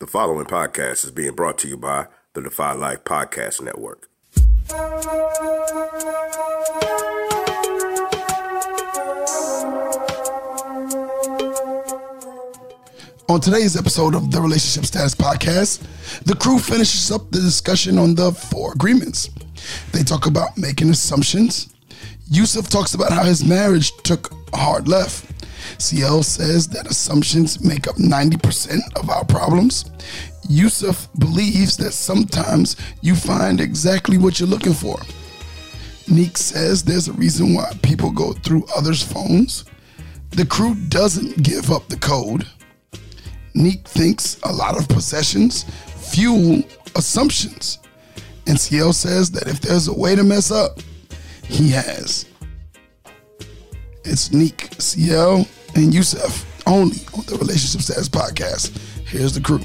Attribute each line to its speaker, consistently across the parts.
Speaker 1: The following podcast is being brought to you by the Defy Life Podcast Network.
Speaker 2: On today's episode of the Relationship Status Podcast, the crew finishes up the discussion on the four agreements. They talk about making assumptions. Yusuf talks about how his marriage took a hard left. CL says that assumptions make up 90% of our problems. Yusuf believes that sometimes you find exactly what you're looking for. Neek says there's a reason why people go through others' phones. The crew doesn't give up the code. Neek thinks a lot of possessions fuel assumptions. And CL says that if there's a way to mess up, he has. It's Neek, CL, and Yusef only on the Relationship Status Podcast. Here's the crew.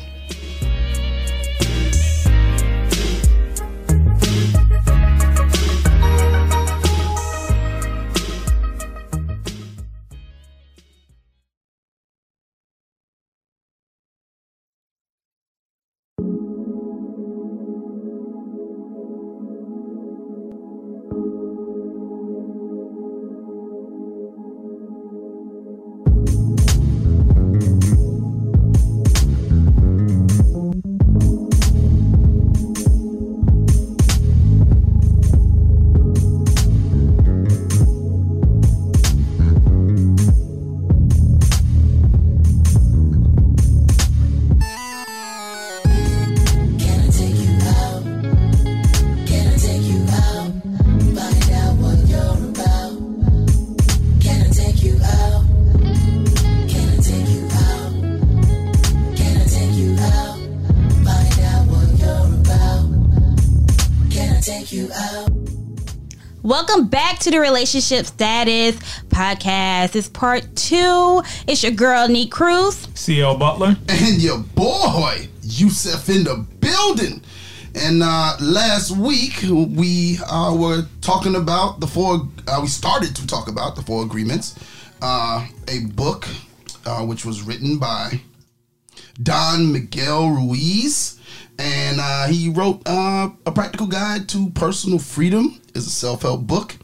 Speaker 3: Can I take you out? Can I take you out? Find out what you're about. Can I take you out? Can I take you out? Can I take you out? Find out what you're about. Can I take you out?
Speaker 4: Welcome back to the Relationship Status Podcast. It's part two. It's your girl, Nee Cruz.
Speaker 5: CL Butler.
Speaker 2: And your boy, Yusef, in the building. And uh, last week, we uh, were talking about the four, uh, we started to talk about the four agreements, uh, a book uh, which was written by Don Miguel Ruiz, and uh, he wrote uh, a practical guide to personal freedom. is a self-help book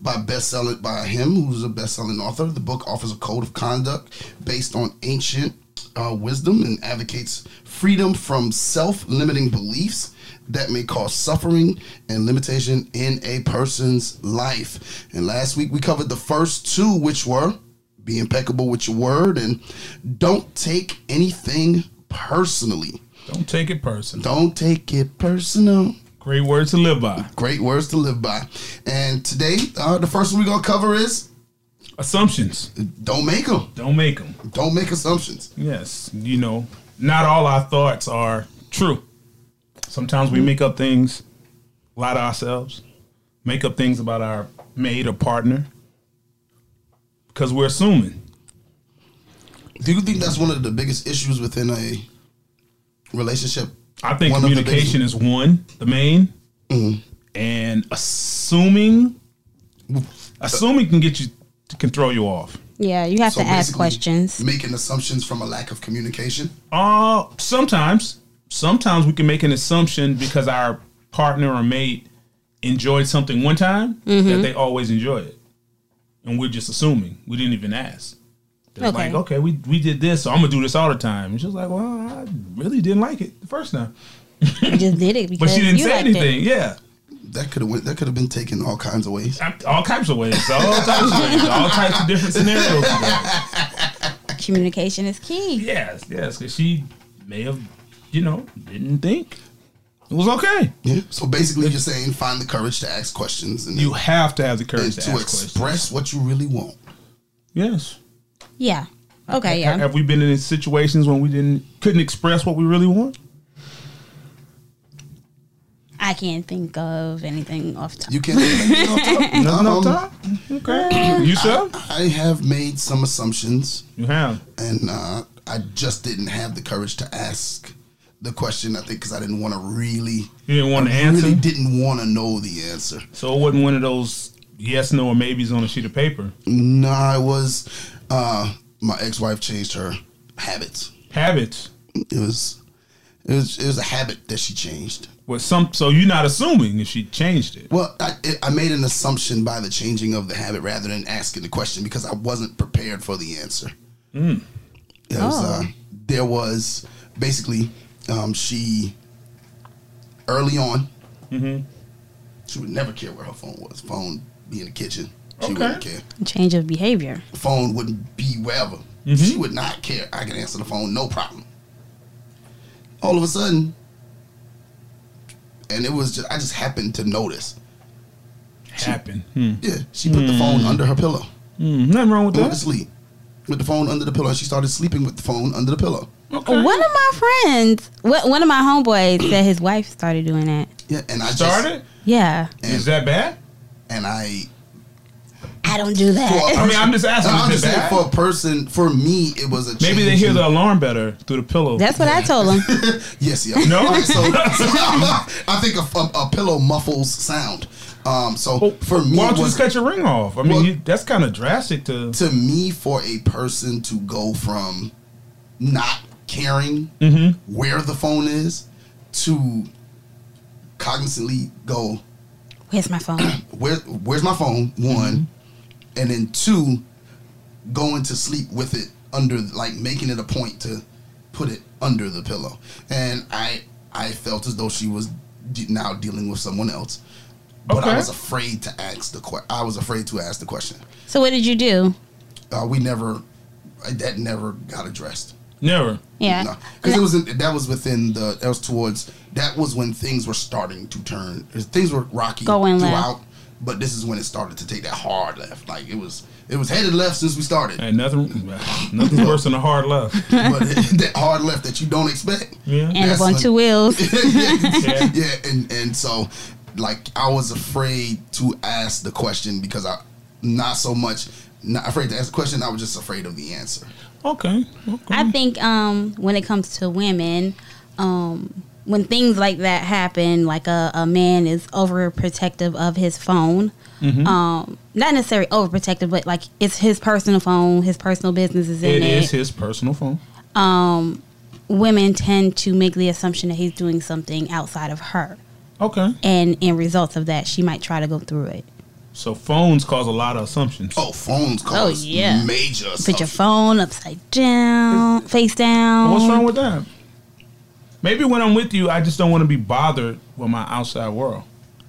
Speaker 2: by best-selling by him, who's a best-selling author. The book offers a code of conduct based on ancient uh, wisdom and advocates freedom from self-limiting beliefs that may cause suffering and limitation in a person's life. And last week we covered the first two, which were be impeccable with your word and don't take anything personally.
Speaker 5: Don't take it personal.
Speaker 2: Don't take it personal.
Speaker 5: Great words to live by.
Speaker 2: Great words to live by. And today, uh, the first one we're going to cover is
Speaker 5: Assumptions.
Speaker 2: don't make them.
Speaker 5: Don't make them.
Speaker 2: Don't make assumptions.
Speaker 5: Yes, you know, not all our thoughts are true. Sometimes we make up things, lie to ourselves, make up things about our mate or partner because we're assuming.
Speaker 2: Do you think that's one of the biggest issues within a relationship?
Speaker 5: I think
Speaker 2: One of the Mm-hmm.
Speaker 5: communication is one, the main, and assuming. Assuming can get you can throw you off.
Speaker 4: Yeah, you have
Speaker 2: So
Speaker 4: to ask
Speaker 2: basically,
Speaker 4: questions.
Speaker 2: Making assumptions from a lack of communication.
Speaker 5: Uh, sometimes, sometimes we can make an assumption because our partner or mate enjoyed something one time
Speaker 4: Mm-hmm.
Speaker 5: that they always enjoy it, and we're just assuming we didn't even ask. They're
Speaker 4: Okay.
Speaker 5: like, okay, we we did this, so I'm gonna do this all the time. And she's like, well, I really didn't like it the first time,
Speaker 4: You just did it because
Speaker 5: but she didn't
Speaker 4: you
Speaker 5: say
Speaker 4: liked
Speaker 5: anything. Yeah,
Speaker 2: That could have went. That could have been taken all kinds of ways.
Speaker 5: I- all types of ways, all types of ways, all types of different scenarios.
Speaker 4: it. Communication is key.
Speaker 5: Yes, yes, because she may have, you know, didn't think it was okay.
Speaker 2: Yeah. So basically, you're saying find the courage to ask questions and
Speaker 5: You have to have the
Speaker 2: and
Speaker 5: courage to,
Speaker 2: to
Speaker 5: ask
Speaker 2: express
Speaker 5: questions.
Speaker 2: what you really want.
Speaker 5: Yes.
Speaker 4: Yeah. Okay,
Speaker 5: Ha-
Speaker 4: yeah.
Speaker 5: Have we been in situations when we didn't couldn't express what we really want?
Speaker 4: I can't think of anything off top.
Speaker 2: You can't. you know, top-
Speaker 5: Nothing off
Speaker 2: um,
Speaker 5: top. Okay. you sure?
Speaker 2: I have made some assumptions,
Speaker 5: You have.
Speaker 2: and uh, I just didn't have the courage to ask the question. I think because I didn't want to really,
Speaker 5: You didn't want to answer,
Speaker 2: really didn't want to know the answer.
Speaker 5: so it wasn't one of those yes, no, or maybes on a sheet of paper.
Speaker 2: Nah, I was. Uh, my ex-wife changed her habits.
Speaker 5: Habits.
Speaker 2: It was It was it was a habit that she changed.
Speaker 5: Well, some so you're not assuming if she changed it.
Speaker 2: Well, I, it, I made an assumption by the changing of the habit rather than asking the question because I wasn't prepared for the answer. It was,
Speaker 4: Oh.
Speaker 2: uh, there was basically um, she early on. She would never care where her phone was. Phone be in the kitchen. She wouldn't
Speaker 5: Okay.
Speaker 2: care.
Speaker 4: Change of behavior.
Speaker 2: Phone wouldn't be wherever. She would not care. I could answer the phone, no problem. All of a sudden, and it was just I just happened to notice.
Speaker 5: Happened. Hmm.
Speaker 2: Yeah, she put the phone under her pillow.
Speaker 5: Hmm, Nothing wrong with
Speaker 2: and Went to
Speaker 5: that.
Speaker 2: sleep with the phone under the pillow. She started sleeping with the phone under the pillow.
Speaker 5: Okay.
Speaker 4: One of my friends, wh- one of my homeboys, said his wife started doing that.
Speaker 2: Yeah, and I
Speaker 5: Started?
Speaker 2: Just,
Speaker 4: Yeah.
Speaker 5: Is that bad?
Speaker 2: and I
Speaker 4: I don't do that.
Speaker 2: for a
Speaker 5: I mean, I'm just asking,
Speaker 2: No,
Speaker 5: is
Speaker 2: I'm
Speaker 5: it
Speaker 2: just saying
Speaker 5: bad?
Speaker 2: for a person, for me, it was a.
Speaker 5: Maybe they
Speaker 2: change
Speaker 5: hear
Speaker 2: in-
Speaker 5: the alarm better through the pillow.
Speaker 4: That's what I told him.
Speaker 2: Yes, yeah.
Speaker 5: No?
Speaker 2: Okay, so, so I think a, a, a pillow muffles sound. Um, so
Speaker 5: Well,
Speaker 2: for me,
Speaker 5: Oh, why don't
Speaker 2: it
Speaker 5: you
Speaker 2: was,
Speaker 5: just cut your ring off? I mean,
Speaker 2: Well-
Speaker 5: you, that's kind of drastic to.
Speaker 2: to me, for a person to go from not caring
Speaker 5: Mm-hmm.
Speaker 2: where the phone is to cognizantly go
Speaker 4: Where's my phone?
Speaker 2: where where's my phone one and then two going to sleep with it under like making it a point to put it under the pillow and i i felt as though she was de- now dealing with someone else but i
Speaker 5: Okay.
Speaker 2: was afraid to ask the que- i was afraid to ask the question
Speaker 4: So what did you do?
Speaker 2: uh, we never that never got addressed
Speaker 5: Never.
Speaker 4: Yeah.
Speaker 2: because it was in, that was within the that was towards that was when things were starting to turn. Things were rocky
Speaker 4: Going left.
Speaker 2: throughout, but this is when it started to take that hard left. Like it was it was headed left since we started,
Speaker 5: Hey, nothing. Nothing's worse than a hard left.
Speaker 2: but it, that hard left that you don't expect.
Speaker 5: Yeah.
Speaker 4: End up
Speaker 2: That's
Speaker 4: on
Speaker 2: like-
Speaker 4: two wheels.
Speaker 5: Yeah.
Speaker 2: yeah. and and so like I was afraid to ask the question because I not so much not afraid to ask the question. I was just afraid of the answer.
Speaker 5: Okay. okay.
Speaker 4: I think um, when it comes to women, um, when things like that happen, like a, a man is overprotective of his phone,
Speaker 5: Mm-hmm.
Speaker 4: um, not necessarily overprotective, but like it's his personal phone, his personal business is in
Speaker 5: it
Speaker 4: it.
Speaker 5: is his personal phone.
Speaker 4: Women tend to make the assumption that he's doing something outside of her.
Speaker 5: Okay.
Speaker 4: And in results of that, she might try to go through it.
Speaker 5: So phones cause a lot of assumptions.
Speaker 2: Oh, phones calls.
Speaker 4: yeah.
Speaker 2: major.
Speaker 5: Oh,
Speaker 4: Put your phone upside down, face down.
Speaker 5: What's wrong with that? Maybe when I'm with you, I just don't want to be bothered with my outside world.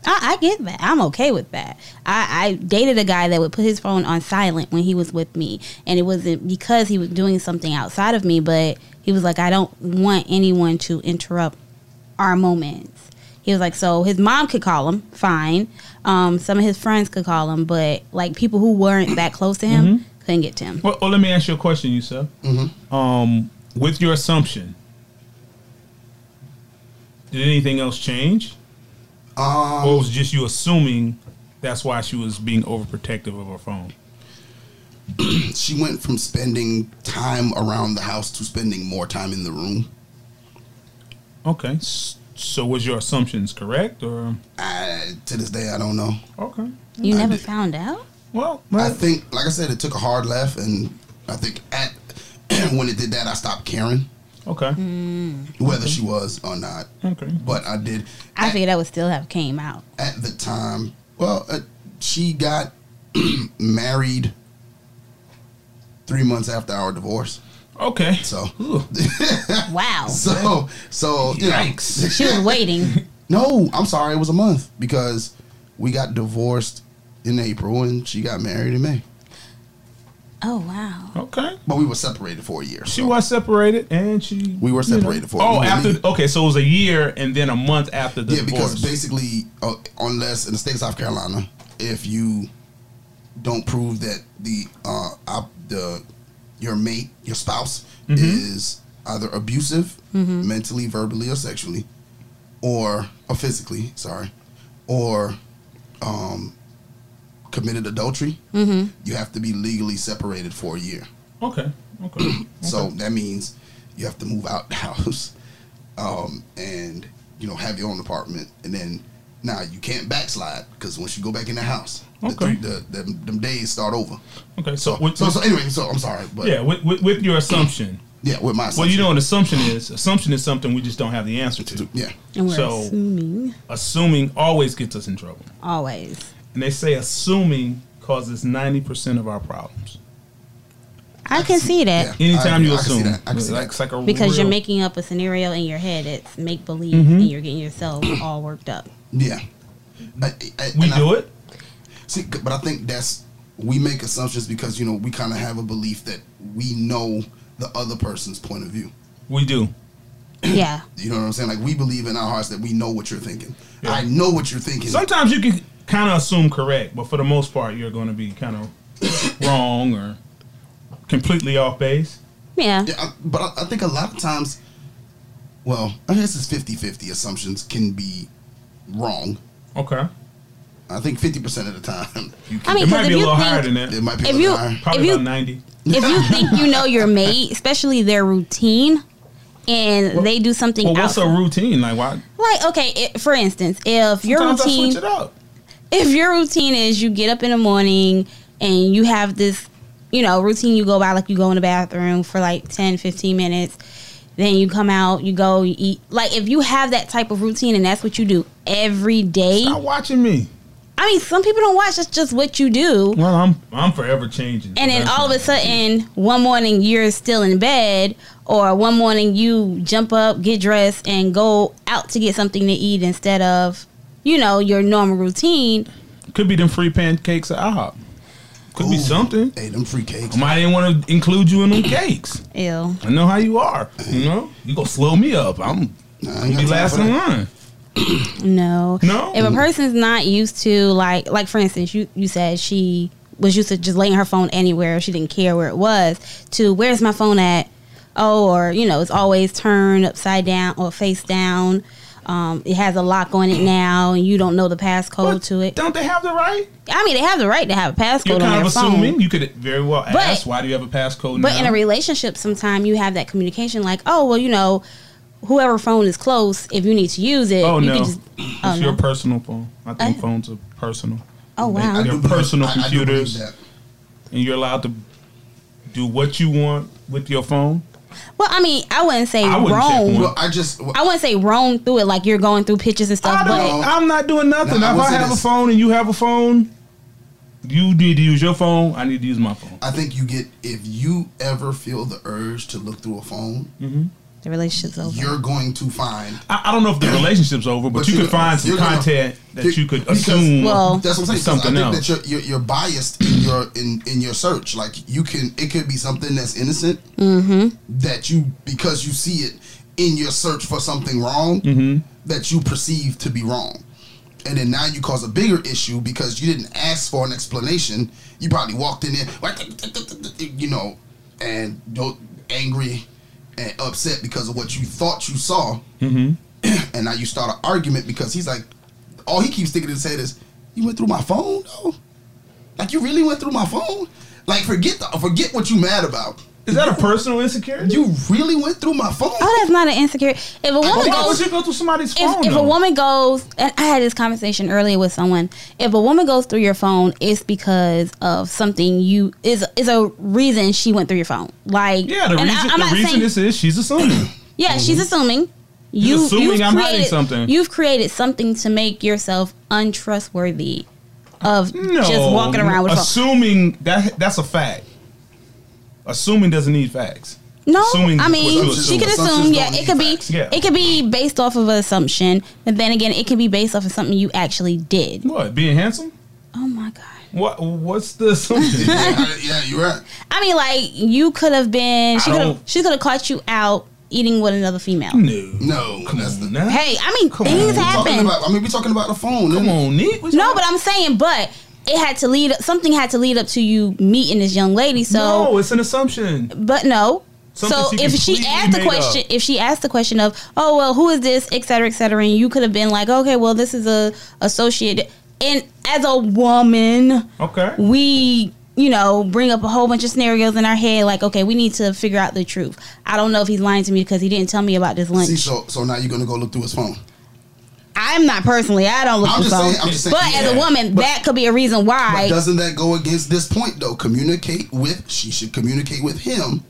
Speaker 4: I, I get that. I'm okay with that. I, I dated a guy that would put his phone on silent when he was with me, and it wasn't because he was doing something outside of me, but he was like, I don't want anyone to interrupt our moments. He was like, so his mom could call him, fine. Um, some of his friends could call him, but like people who weren't that close to him couldn't get to him.
Speaker 5: Well, well, let me ask you a question, Yusuf. Um, with your assumption, did anything else change?
Speaker 2: Um,
Speaker 5: Or was it just you assuming that's why she was being overprotective of her phone?
Speaker 2: she went from spending time around the house to spending more time in the room.
Speaker 5: Okay. S- So was your assumptions correct or
Speaker 2: I, to this day, I don't know.
Speaker 5: okay?
Speaker 4: You
Speaker 2: I
Speaker 4: never
Speaker 2: did.
Speaker 4: found out?
Speaker 5: Well,
Speaker 2: I think, like I said, it took a hard left, and I think at when it did that, I stopped caring
Speaker 5: okay,
Speaker 2: whether she was or not.
Speaker 5: okay.
Speaker 2: But I did
Speaker 4: I figured that would still have came out.
Speaker 2: at the time. Well, uh, she got married three months after our divorce.
Speaker 5: Okay.
Speaker 2: So,
Speaker 5: Ooh.
Speaker 4: Wow.
Speaker 2: so, so, you know.
Speaker 5: Yikes.
Speaker 4: She was waiting.
Speaker 2: No, I'm sorry. It was a month because we got divorced in April and she got married in May.
Speaker 4: Oh, wow.
Speaker 5: Okay.
Speaker 2: But we were separated for a year.
Speaker 5: She
Speaker 2: so-
Speaker 5: was separated, and she
Speaker 2: We were
Speaker 5: you know-
Speaker 2: separated for-
Speaker 5: Oh,
Speaker 2: we
Speaker 5: after
Speaker 2: believe-
Speaker 5: okay, so it was a year and then a month after the
Speaker 2: Yeah,
Speaker 5: divorce.
Speaker 2: because basically, uh, unless in the state of South Carolina, if you don't prove that the uh, op- the your mate, your spouse,
Speaker 5: Mm-hmm.
Speaker 2: is either abusive, mentally, verbally, or sexually, or or physically, sorry, or um, committed adultery, you have to be legally separated for a year.
Speaker 5: okay, okay,
Speaker 2: So that means you have to move out the house, um, and you know have your own apartment. And then now you can't backslide because once you go back in the house, the, three,
Speaker 5: Okay.
Speaker 2: the, the them days start over.
Speaker 5: okay. So,
Speaker 2: So
Speaker 5: with,
Speaker 2: so, so anyway, so I'm sorry, but
Speaker 5: yeah, with, with, with your assumption,
Speaker 2: Yeah, with my
Speaker 5: Well,
Speaker 2: assumption.
Speaker 5: you know, an assumption is assumption is something we just don't have the answer to.
Speaker 2: Yeah.
Speaker 4: And we're
Speaker 5: So-
Speaker 4: assuming
Speaker 5: Assuming always gets us in trouble,
Speaker 4: always.
Speaker 5: and they say assuming causes ninety percent of our problems.
Speaker 4: I can see that
Speaker 2: Yeah.
Speaker 5: Anytime
Speaker 2: I-
Speaker 5: you
Speaker 2: I can see
Speaker 5: assume,
Speaker 2: that. I can see
Speaker 5: like,
Speaker 2: that.
Speaker 5: it's like a
Speaker 4: because
Speaker 5: real- Mm-hmm.
Speaker 4: you're making up a scenario in your head. It's make believe, and you're getting yourself all worked up.
Speaker 2: Yeah. I, I,
Speaker 5: We
Speaker 2: and I-
Speaker 5: do it.
Speaker 2: See, c- but I think that's we make assumptions because you know we kind of have a belief that we know the other person's point of view.
Speaker 5: We do.
Speaker 4: yeah,
Speaker 2: You know what I'm saying? Like we believe in our hearts that we know what you're thinking.
Speaker 5: Yeah.
Speaker 2: I know what you're thinking.
Speaker 5: Sometimes you can kind of assume correct, but for the most part, you're going to be kind of wrong or completely off base.
Speaker 4: yeah.
Speaker 2: Yeah, I, but I, I think a lot of times, well, I guess it's 50-50 assumptions can be wrong.
Speaker 5: Okay,
Speaker 2: I think 50% of the time you can,
Speaker 4: I mean,
Speaker 5: it
Speaker 4: 'cause
Speaker 5: might
Speaker 4: if
Speaker 5: be
Speaker 4: you
Speaker 5: a little
Speaker 4: think-
Speaker 5: higher than that.
Speaker 2: it might be
Speaker 4: If
Speaker 2: a
Speaker 4: you-
Speaker 2: little higher.
Speaker 5: Probably
Speaker 4: If you-
Speaker 5: about ninety.
Speaker 4: if you think you know your mate, especially their routine, and they do something
Speaker 5: Well, what's
Speaker 4: outside-
Speaker 5: a routine like? Why?
Speaker 4: like okay, it, for instance, if your
Speaker 5: Sometimes I
Speaker 4: routine,
Speaker 5: switch it up.
Speaker 4: if your routine is you get up in the morning and you have this, you know, routine you go by, like you go in the bathroom for like 10, 15 minutes, then you come out, you go, you eat. Like if you have that type of routine and that's what you do every day,
Speaker 5: Stop watching me.
Speaker 4: I mean, some people don't watch. That's just what you do.
Speaker 5: Well, I'm I'm forever changing.
Speaker 4: And then all of a sudden, one morning you're still in bed, or one morning you jump up, get dressed, and go out to get something to eat instead of, you know, your normal routine.
Speaker 5: could be them free pancakes at IHOP. Could be
Speaker 2: Ooh,
Speaker 5: something.
Speaker 2: Hey, them free cakes.
Speaker 5: I might didn't want to include you in them cakes.
Speaker 4: Ew.
Speaker 5: I know how you are. You know, you gonna slow me up. I'm
Speaker 2: Nah, I ain't
Speaker 5: gonna be
Speaker 2: got time
Speaker 5: last
Speaker 2: for
Speaker 5: in
Speaker 2: that.
Speaker 5: line.
Speaker 4: No.
Speaker 5: No.
Speaker 4: If a person's not used to like like for instance, you you said she was used to just laying her phone anywhere, she didn't care where it was, to where's my phone at? Oh, or you know, it's always turned upside down or face down. Um, it has a lock on it now, and you don't know the passcode
Speaker 5: But
Speaker 4: to it.
Speaker 5: Don't they have the right?
Speaker 4: I mean, they have the right to have a passcode
Speaker 5: You're
Speaker 4: on
Speaker 5: kind
Speaker 4: their
Speaker 5: of assuming.
Speaker 4: phone.
Speaker 5: You could very well ask, why do you have a passcode
Speaker 4: But
Speaker 5: now?
Speaker 4: in a relationship, sometimes you have that communication, like, oh, well, you know, whoever phone is close, if you need to use it,
Speaker 5: oh
Speaker 4: you
Speaker 5: no,
Speaker 4: can just.
Speaker 5: it's
Speaker 4: Oh,
Speaker 5: your
Speaker 4: no.
Speaker 5: personal phone. I think
Speaker 4: Oh.
Speaker 5: phones are personal,
Speaker 4: oh wow.
Speaker 5: Your
Speaker 2: do believe-
Speaker 5: personal
Speaker 2: I- I do
Speaker 5: computers.
Speaker 2: believe that.
Speaker 5: and you're allowed to do what you want with your phone.
Speaker 4: Well, I mean, I wouldn't say
Speaker 5: I wouldn't check
Speaker 4: wrong.
Speaker 5: one.
Speaker 2: Well, I just
Speaker 4: I wouldn't say roam through it like you're going through pictures and
Speaker 5: I
Speaker 4: stuff,
Speaker 5: don't,
Speaker 4: Uh, but
Speaker 5: I'm not doing nothing.
Speaker 2: Nah, I
Speaker 5: if
Speaker 2: will
Speaker 5: I
Speaker 2: say
Speaker 5: have a
Speaker 2: this.
Speaker 5: phone and you have a phone, you need to use your phone. I need to use my phone.
Speaker 2: I think you get if you ever feel the urge to look through a phone,
Speaker 5: Mm-hmm.
Speaker 4: the relationship's over.
Speaker 2: you're going to find
Speaker 5: I, I don't know if the relationship's over, but,
Speaker 2: But
Speaker 5: you
Speaker 2: you
Speaker 5: could
Speaker 2: know,
Speaker 5: find some
Speaker 2: you're gonna-
Speaker 5: content that
Speaker 2: you're-
Speaker 5: you could
Speaker 2: because-
Speaker 5: assume.
Speaker 4: Well-
Speaker 2: That's what I'm saying. 'cause
Speaker 5: Something
Speaker 2: I think
Speaker 5: else.
Speaker 2: that you're, you're you're biased in your in in your search. Like you can, it could be something that's innocent that you because you see it in your search for something wrong
Speaker 5: Mm-hmm.
Speaker 2: that you perceive to be wrong, and then now you cause a bigger issue because you didn't ask for an explanation. You probably walked in there, like, you know, and you're angry and upset because of what you thought you saw.
Speaker 5: Mm-hmm.
Speaker 2: And now you start an argument because he's like, all he keeps thinking in his head is, "You went through my phone, though. Like you really went through my phone. Like forget the, forget what you mad about.
Speaker 5: is that a personal insecurity?
Speaker 2: You really went through my phone.
Speaker 4: oh, that's not an insecure. If a woman
Speaker 5: Why would
Speaker 4: goes,
Speaker 5: you go through somebody's phone?
Speaker 4: if, if a
Speaker 5: though?
Speaker 4: woman goes, and I had this conversation earlier with someone. If a woman goes through your phone, it's because of something you is is a reason she went through your phone. Like
Speaker 5: yeah, the
Speaker 4: and I-
Speaker 5: reason,
Speaker 4: I'm
Speaker 5: the
Speaker 4: not
Speaker 5: reason
Speaker 4: saying-
Speaker 5: this is she's assuming.
Speaker 4: Yeah, she's assuming. You,
Speaker 5: assuming
Speaker 4: you've
Speaker 5: I'm hiding
Speaker 4: created,
Speaker 5: something.
Speaker 4: You've created something to make yourself untrustworthy of
Speaker 5: No,
Speaker 4: just walking around with a phone.
Speaker 5: assuming that that's a fact. Assuming doesn't need facts.
Speaker 4: No,
Speaker 5: Assuming
Speaker 4: I mean
Speaker 5: what you
Speaker 4: she
Speaker 5: assume.
Speaker 4: could assume.
Speaker 2: Assumptions
Speaker 4: Yeah,
Speaker 2: don't
Speaker 4: it
Speaker 2: need
Speaker 4: could be.
Speaker 2: facts.
Speaker 5: Yeah.
Speaker 4: It could be based off of an assumption, but then again, it could be based off of something you actually did.
Speaker 5: What being handsome?
Speaker 4: Oh my god!
Speaker 5: What what's the assumption?
Speaker 2: yeah, yeah, you're right.
Speaker 4: I mean, like you could have been. She
Speaker 5: I
Speaker 4: could have.
Speaker 5: don't-
Speaker 4: She could have caught you out eating with another female.
Speaker 5: no,
Speaker 2: No, that's the.
Speaker 5: no.
Speaker 4: Hey, I mean things
Speaker 5: on.
Speaker 2: Talking
Speaker 4: happen.
Speaker 2: about, I mean, we're talking about the phone.
Speaker 5: come
Speaker 2: Come
Speaker 5: on, Nick.
Speaker 4: No, but I'm saying, but it had to lead. Something had to lead up to you meeting this young lady. So
Speaker 5: no, it's an assumption.
Speaker 4: but no. so
Speaker 5: Something she
Speaker 4: if she
Speaker 5: completely
Speaker 4: asked the
Speaker 5: made
Speaker 4: question,
Speaker 5: up.
Speaker 4: if she asked the question of, oh well, who is this, et cetera, et cetera, and you could have been like, okay, well, this is a associate, and as a woman,
Speaker 5: Okay,
Speaker 4: we you know bring up a whole bunch of scenarios in our head, like, okay, we need to figure out the truth. I don't know if he's lying to me because he didn't tell me about this lunch.
Speaker 2: See, so so now you're gonna go look through his phone.
Speaker 4: I'm not personally, I don't look
Speaker 2: I'm
Speaker 4: at the
Speaker 2: just
Speaker 4: phone,
Speaker 2: saying- I'm just saying,
Speaker 4: but as a
Speaker 5: yeah.
Speaker 4: woman, that could be a reason
Speaker 2: But
Speaker 4: why.
Speaker 2: doesn't that go against this point though? Communicate with. She should communicate with him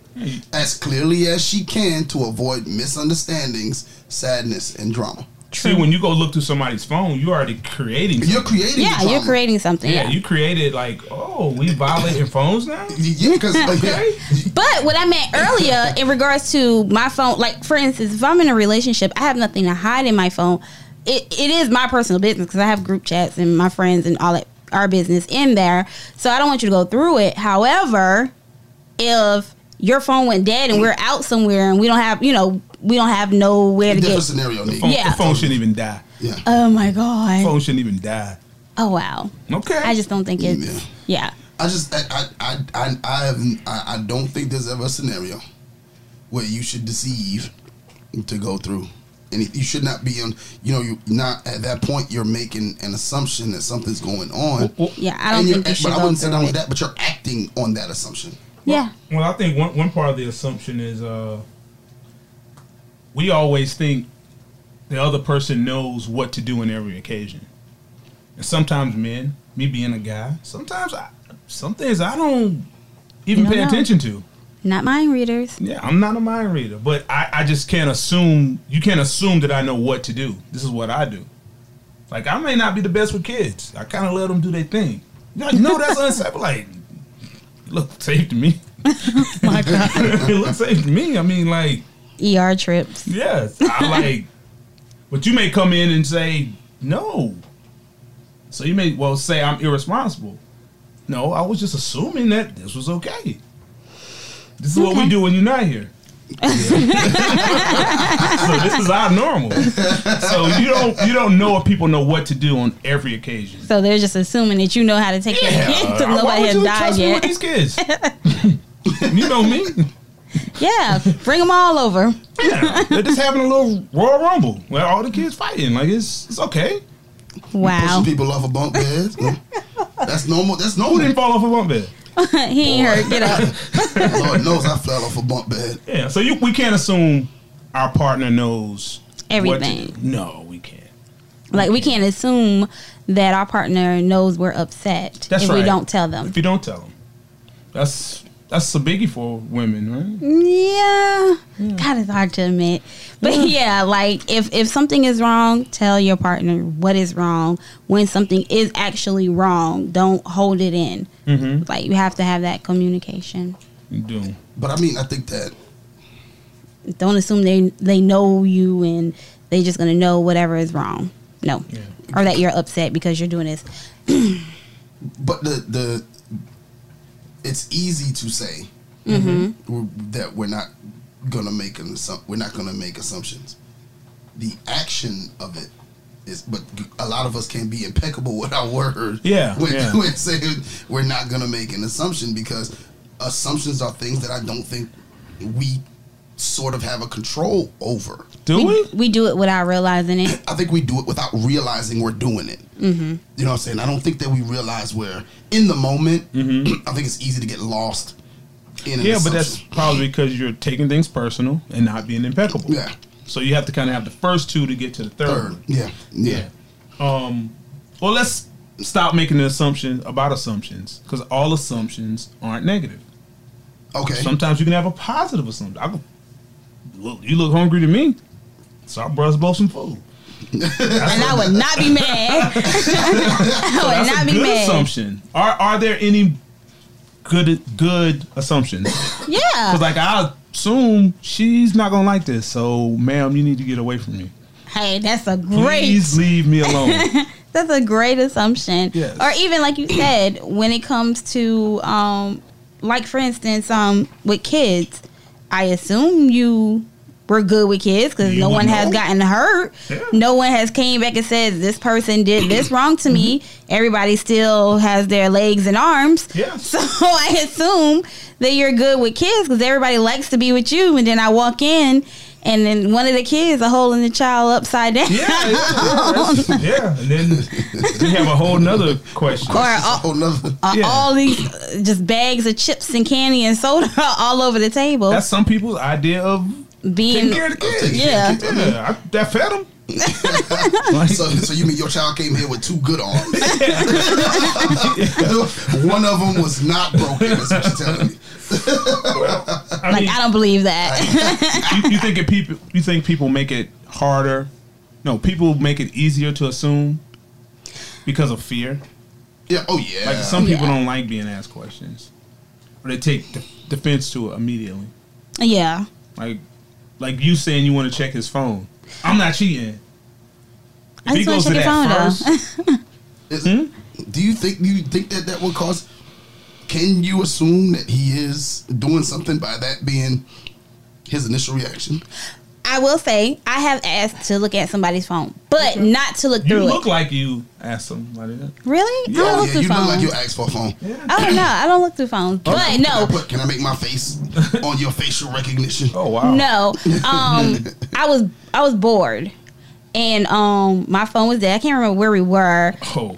Speaker 2: as clearly as she can to avoid misunderstandings, sadness, and drama.
Speaker 5: See, when you go look through somebody's phone, you already creating.
Speaker 2: You're
Speaker 5: something.
Speaker 2: creating.
Speaker 4: Yeah,
Speaker 2: the drama.
Speaker 4: you're creating something.
Speaker 5: yeah,
Speaker 4: Yeah.
Speaker 5: you created like, oh, we violating phones now.
Speaker 2: Yeah, because
Speaker 5: Okay.
Speaker 4: But what I meant earlier in regards to my phone, like for instance, if I'm in a relationship, I have nothing to hide in my phone. It, it is my personal business because I have group chats and my friends and all that our business in there. So I don't want you to go through it. However, if your phone went dead and we're out somewhere and we don't have, you know, we don't have nowhere to
Speaker 2: different
Speaker 4: get.
Speaker 2: scenario. Nick.
Speaker 5: Phone,
Speaker 4: Yeah.
Speaker 5: The phone shouldn't even die.
Speaker 2: Yeah.
Speaker 4: Oh my god!
Speaker 5: Phone shouldn't even die.
Speaker 4: Oh wow!
Speaker 5: Okay.
Speaker 4: I just don't think it's
Speaker 2: Yeah.
Speaker 4: yeah.
Speaker 2: I just I I I I, I, have, I I don't think there's ever a scenario where you should deceive to go through. And you should not be on. You know, you not at that point. You're making an assumption that something's going on.
Speaker 4: Yeah, I don't
Speaker 2: And you're-
Speaker 4: think you should
Speaker 2: But I
Speaker 4: go
Speaker 2: wouldn't sit
Speaker 4: through
Speaker 2: down
Speaker 4: it.
Speaker 2: with that. But you're acting on that assumption.
Speaker 4: Yeah.
Speaker 5: Well, I think one, one part of the assumption is uh, we always think the other person knows what to do in every occasion. And sometimes men, me being a guy, sometimes I, some things I don't even
Speaker 4: You don't
Speaker 5: pay
Speaker 4: know.
Speaker 5: attention to.
Speaker 4: Not mind readers.
Speaker 5: Yeah, I'm not a mind reader, but I, I just can't assume, you can't assume that I know what to do. This is what I do. Like, I may not be the best with kids. I kind of let them do their thing. Like, no, that's unsafe. Like, you look safe to me.
Speaker 4: My God.
Speaker 5: it looks safe to me. I mean, like,
Speaker 4: ER trips.
Speaker 5: yes, I like. But you may come in and say no. So you may well say I'm irresponsible. No, I was just assuming that this was okay. This is what we
Speaker 4: Okay.
Speaker 5: do when you're not here. so this is our normal. So you don't you don't know if people know what to do on every occasion.
Speaker 4: So they're just assuming that you know how to take care of kids
Speaker 5: uh,
Speaker 4: because
Speaker 5: why
Speaker 4: nobody
Speaker 5: would
Speaker 4: has
Speaker 5: you
Speaker 4: died
Speaker 5: trust me with
Speaker 4: yet.
Speaker 5: these kids? you know me.
Speaker 4: Yeah, bring them all over.
Speaker 5: Yeah, they're just having a little Royal Rumble where all the kids fighting. Like it's it's okay.
Speaker 4: Wow,
Speaker 2: Pushing people off of bunk beds. Mm. That's normal. That's
Speaker 5: Who
Speaker 2: normal.
Speaker 5: didn't fall off a bunk bed?
Speaker 4: he ain't hurt. Get up.
Speaker 2: Lord knows I fell off a bunk bed.
Speaker 5: Yeah, so you, we can't assume our partner knows what to
Speaker 4: Everything.
Speaker 5: do. no, we can't.
Speaker 4: Like we can't assume that our partner knows we're upset
Speaker 5: That's
Speaker 4: if
Speaker 5: right.
Speaker 4: we don't tell them.
Speaker 5: If you don't tell them, that's that's a biggie for women, right?
Speaker 4: Yeah, God, it's hard to admit, but yeah, like if if something is wrong, tell your partner what is wrong. When something is actually wrong, don't hold it in.
Speaker 5: Mm-hmm.
Speaker 4: Like you have to have that communication.
Speaker 5: You do.
Speaker 2: But I mean, I think that
Speaker 4: don't assume they they know you and they just gonna know whatever is wrong. No, or that you're upset because you're doing this.
Speaker 2: but the the it's easy to say w- that we're not gonna make an assump- we're not gonna make assumptions. The action of it is, but a lot of us can't be impeccable with our words.
Speaker 5: Yeah,
Speaker 2: when,
Speaker 5: yeah.
Speaker 2: when saying we're not gonna make an assumption because assumptions are things that I don't think we sort of have a control over.
Speaker 5: Do we?
Speaker 4: We do it without realizing it.
Speaker 2: I think we do it without realizing we're doing it. Mm-hmm. You know what I'm saying? I don't think that we realize we're in the moment. I think it's easy to get lost in. An
Speaker 5: Mm-hmm. Yeah, but that's
Speaker 2: assumption.
Speaker 5: probably because you're taking things personal and not being impeccable.
Speaker 2: Yeah.
Speaker 5: So you have to kind of have the first two to get to the third.
Speaker 2: third. Yeah, yeah,
Speaker 5: Yeah. Um, well, let's stop making an assumption about assumptions because all assumptions aren't negative.
Speaker 2: Okay,
Speaker 5: Sometimes you can have a positive assumption. I go, look, you look hungry to me, so I brought us both some food.
Speaker 4: And I would not be mad.
Speaker 5: So
Speaker 4: I would
Speaker 5: that's
Speaker 4: not
Speaker 5: a
Speaker 4: be
Speaker 5: good
Speaker 4: mad.
Speaker 5: assumption. Are are there any good good assumptions?
Speaker 4: Yeah.
Speaker 5: Because like I assume she's not gonna like this, so ma'am, you need to get away from me.
Speaker 4: hey, that's a great.
Speaker 5: Please leave me alone.
Speaker 4: That's a great assumption.
Speaker 5: Yes.
Speaker 4: Or even like you said, when it comes to um like for instance, um with kids, I assume you were good with kids because
Speaker 5: You
Speaker 4: no
Speaker 5: would
Speaker 4: one has
Speaker 5: know.
Speaker 4: gotten hurt.
Speaker 5: Yeah.
Speaker 4: No one has came back and said this person did this wrong to me. Everybody still has their legs and arms.
Speaker 5: Mm-hmm. Yes.
Speaker 4: So I assume that you're good with kids because everybody likes to be with you. And then I walk in, and then one of the kids are holding the child upside down.
Speaker 5: yeah, yeah, yeah, that's- yeah. And then we have a whole nother question.
Speaker 4: Or
Speaker 2: That's a
Speaker 4: uh,
Speaker 2: whole nother.
Speaker 4: uh,
Speaker 5: Yeah.
Speaker 4: all these uh, just bags of chips and candy and soda all over the table.
Speaker 5: That's some people's idea of
Speaker 4: being
Speaker 5: taking care of the kids.
Speaker 4: yeah,
Speaker 5: Yeah, I, that fed them. Like,
Speaker 2: So, so you mean your child came here with two good arms? One of them was not broken. That's what you're telling me.
Speaker 5: I
Speaker 4: like
Speaker 5: mean,
Speaker 4: I don't believe that.
Speaker 5: you, you think it people you think people make it harder? No, people make it easier to assume because of fear.
Speaker 2: Yeah. Oh yeah.
Speaker 5: Like some people
Speaker 4: Yeah.
Speaker 5: don't like being asked questions, or they take de- defense to it immediately.
Speaker 4: yeah.
Speaker 5: Like, like you saying you want to check his phone. I'm not cheating.
Speaker 4: I
Speaker 5: If he
Speaker 4: just wanna
Speaker 5: goes to
Speaker 4: check your
Speaker 5: that
Speaker 4: phone, though.
Speaker 5: first,
Speaker 2: Is- Do you think do you think that that would cause? Can you assume that he is doing something by that being his initial reaction?
Speaker 4: I will say I have asked to look at somebody's phone, but not to look
Speaker 5: you
Speaker 4: through
Speaker 5: look
Speaker 4: it.
Speaker 5: like you asked somebody that.
Speaker 4: Really? I
Speaker 2: oh
Speaker 4: don't look
Speaker 2: yeah,
Speaker 4: through
Speaker 2: you
Speaker 4: phones.
Speaker 2: look like you asked for a phone.
Speaker 4: oh no, I don't look through phones.
Speaker 5: Oh,
Speaker 2: Can I- can
Speaker 4: but
Speaker 2: I
Speaker 4: no,
Speaker 2: put- can I make my face on your facial recognition?
Speaker 5: Oh wow.
Speaker 4: No. Um I was I was bored. And um my phone was dead. I can't remember where we were.
Speaker 5: Oh,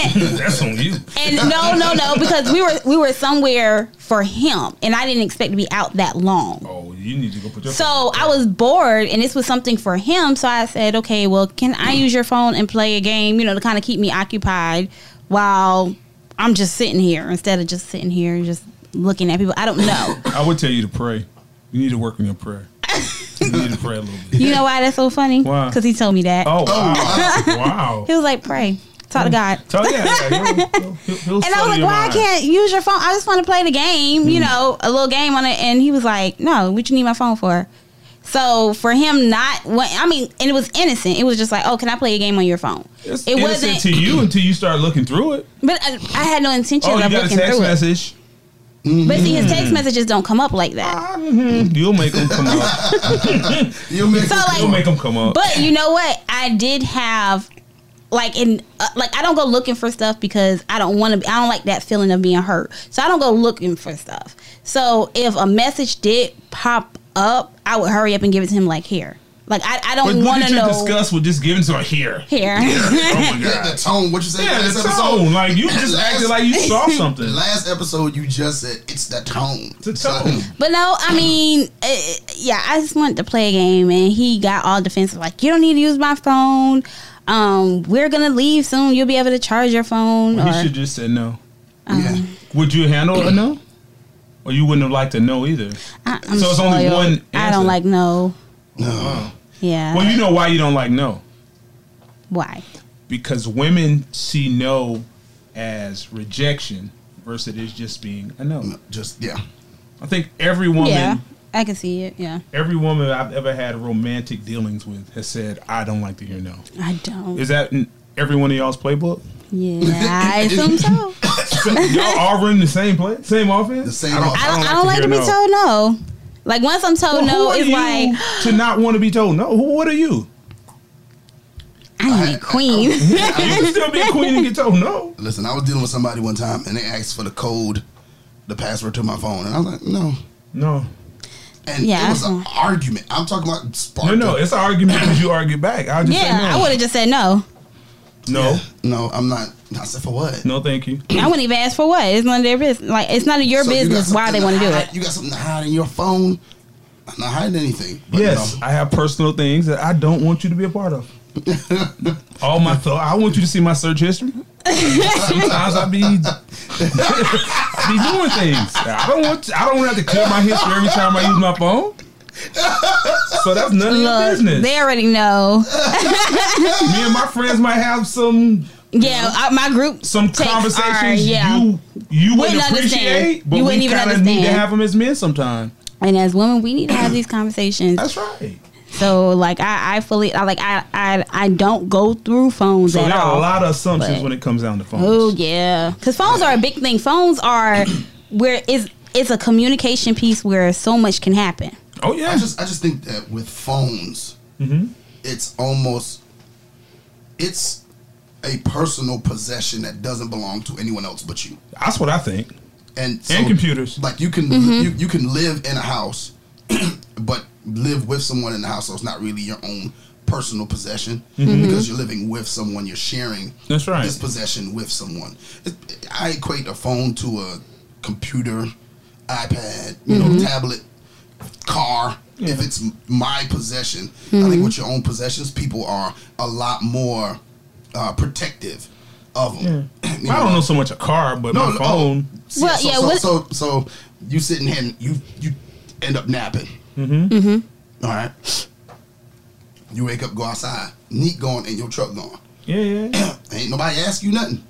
Speaker 4: and
Speaker 5: that's on you.
Speaker 4: no, no, no, because we were we were somewhere for him and I didn't expect to be out that long.
Speaker 5: Oh, you need to go put your.
Speaker 4: So I was bored and this was something for him. So I said, Okay, well can I use your phone and play a game, you know, to kind of keep me occupied while I'm just sitting here instead of just sitting here and just looking at people. I don't know.
Speaker 5: I would tell you to pray. You need to work on your prayer. you need to pray a little bit.
Speaker 4: You know why that's so funny?
Speaker 5: Why?
Speaker 4: Because he told me that.
Speaker 5: Oh wow! wow.
Speaker 4: He was like, pray. Talk to God.
Speaker 5: Tell yeah, yeah, he'll- he'll- he'll
Speaker 4: And I
Speaker 5: settle
Speaker 4: was like,
Speaker 5: your
Speaker 4: why I
Speaker 5: mind.
Speaker 4: can't use your phone? I just want to play the game,
Speaker 5: Mm.
Speaker 4: you know, a little game on it. And he was like, no, what you need my phone for? So for him not, wa- I mean, and it was innocent. It was just like, oh, can I play a game on your phone?
Speaker 5: It's
Speaker 4: it
Speaker 5: innocent
Speaker 4: wasn't,
Speaker 5: to you until you start looking through it.
Speaker 4: but I, I had no intention
Speaker 5: Oh, you
Speaker 4: of
Speaker 5: got a
Speaker 4: looking
Speaker 5: text
Speaker 4: through it.
Speaker 5: message. Mm.
Speaker 4: But see, his text messages don't come up like that.
Speaker 5: Mhm, You'll make them come up.
Speaker 2: You'll make
Speaker 4: So like,
Speaker 5: You'll make them come up.
Speaker 4: But you know what? I did have like in uh, like I don't go looking for stuff because I don't want to. I don't like that feeling of being hurt, so I don't go looking for stuff. So if a message did pop up, I would hurry up and give it to him. Like here, like I, I
Speaker 5: But
Speaker 4: don't
Speaker 5: look
Speaker 4: want
Speaker 5: at
Speaker 4: to
Speaker 5: your
Speaker 4: know
Speaker 5: disgust with just giving to her here.
Speaker 4: here.
Speaker 5: Oh my
Speaker 2: the, the
Speaker 5: god.
Speaker 2: tone. What you said
Speaker 5: Yeah,
Speaker 2: last
Speaker 5: the
Speaker 2: episode?
Speaker 5: tone. Like you just acted like you saw something.
Speaker 2: Last episode, you just said it's the tone.
Speaker 5: The tone.
Speaker 4: but no, I mean, uh, yeah, I just wanted to play a game, and he got all defensive. Like you don't need to use my phone. Um, we're gonna leave soon. You'll be able to charge your phone.
Speaker 5: You
Speaker 4: or,
Speaker 5: should just say no.
Speaker 4: Uh-huh.
Speaker 2: yeah.
Speaker 5: Would you handle a no? Or you wouldn't have liked to know either.
Speaker 4: I, I'm
Speaker 5: So it's only
Speaker 4: spoiled.
Speaker 5: one
Speaker 4: I
Speaker 5: answer.
Speaker 4: don't like no.
Speaker 2: No.
Speaker 4: Yeah.
Speaker 5: Well, you know why you don't like no.
Speaker 4: Why?
Speaker 5: Because women see no as rejection versus it is just being a no.
Speaker 2: Just yeah.
Speaker 5: I think every woman
Speaker 4: Yeah, I can see it. Yeah,
Speaker 5: every woman I've ever had romantic dealings with has said, I don't like to hear no.
Speaker 4: I don't.
Speaker 5: Is that in every one of y'all's playbook?
Speaker 4: yeah, I assume so.
Speaker 5: Y'all all run the same play, same offense.
Speaker 2: The same
Speaker 4: I don't. I don't like
Speaker 5: hear
Speaker 4: to be
Speaker 5: no.
Speaker 4: told no. Like once I'm told
Speaker 5: Well, who
Speaker 4: no,
Speaker 5: are
Speaker 4: it's
Speaker 5: you
Speaker 4: like
Speaker 5: to not want to be told no. Who, what are you?
Speaker 4: I need a queen.
Speaker 5: You can still be a queen and get told no.
Speaker 2: Listen, I was dealing with somebody one time, and they asked for the code, the password to my phone, and I was like, no.
Speaker 5: No,
Speaker 2: And
Speaker 4: Yeah,
Speaker 2: it was
Speaker 4: that's
Speaker 2: an
Speaker 4: not-
Speaker 2: argument. I'm talking about spark.
Speaker 5: no, no. It's an argument because you argue back. I'll just
Speaker 4: yeah,
Speaker 5: say
Speaker 4: I
Speaker 5: no.
Speaker 4: would have just said no.
Speaker 5: no,
Speaker 2: no, I'm not. I said for what?
Speaker 5: no, thank you.
Speaker 4: I wouldn't even ask for what. It's none of their business. Like it's none of your
Speaker 2: So you got
Speaker 4: business why
Speaker 2: something
Speaker 4: they want to do
Speaker 2: hide-
Speaker 4: it.
Speaker 2: You got something to hide in your phone. I'm not hiding anything. But
Speaker 5: Yes,
Speaker 2: you know,
Speaker 5: I have personal things that I don't want you to be a part of. All my thought. I want you to see my search history. Sometimes I be, I be doing things. I don't want. I don't have to clear my history every time I use my phone. So that's none of your
Speaker 4: Look,
Speaker 5: business.
Speaker 4: they already know.
Speaker 5: Me and my friends might have some
Speaker 4: Yeah, I, my group
Speaker 5: some
Speaker 4: texts
Speaker 5: conversations
Speaker 4: are, yeah.
Speaker 5: you you wouldn't,
Speaker 4: Wouldn't
Speaker 5: appreciate,
Speaker 4: understand.
Speaker 5: but
Speaker 4: You
Speaker 5: we
Speaker 4: wouldn't even
Speaker 5: kinda need to
Speaker 4: understand.
Speaker 5: have them as men sometime.
Speaker 4: and as women, we need to have these conversations.
Speaker 5: That's right.
Speaker 4: So like I, I fully I like I, I I don't go through phones
Speaker 5: So we
Speaker 4: at
Speaker 5: got
Speaker 4: all.
Speaker 5: a lot of assumptions
Speaker 4: But-
Speaker 5: when it comes down to phones.
Speaker 4: Oh yeah, because phones are a big thing. Phones are where is it's a communication piece where so much can happen.
Speaker 5: Oh yeah,
Speaker 2: I just I just think that with phones,
Speaker 5: Mm-hmm.
Speaker 2: it's almost it's a personal possession that doesn't belong to anyone else but you.
Speaker 5: that's what I think.
Speaker 2: and
Speaker 5: And computers.
Speaker 2: Like you can you, you can live in a house, but live with someone in the house, so it's not really your own personal possession because you're living with someone. You're sharing
Speaker 5: Mm-hmm. That's right.
Speaker 2: this possession with someone. It, I equate a phone to a computer, iPad, you know, tablet, car. If it's m- my possession, I think with your own possessions, people are a lot more uh, protective of them. You
Speaker 5: I don't know so much a car, but
Speaker 2: No,
Speaker 5: my
Speaker 2: no,
Speaker 5: phone.
Speaker 2: So,
Speaker 4: Well,
Speaker 2: so,
Speaker 4: yeah,
Speaker 2: So,
Speaker 4: what-
Speaker 2: so, so you sitting here and you you end up napping. Mm-hmm. Mm-hmm. right. You wake up, go outside, neat going, and your truck gone.
Speaker 5: Yeah, yeah, yeah.
Speaker 2: Ain't nobody ask you nothing.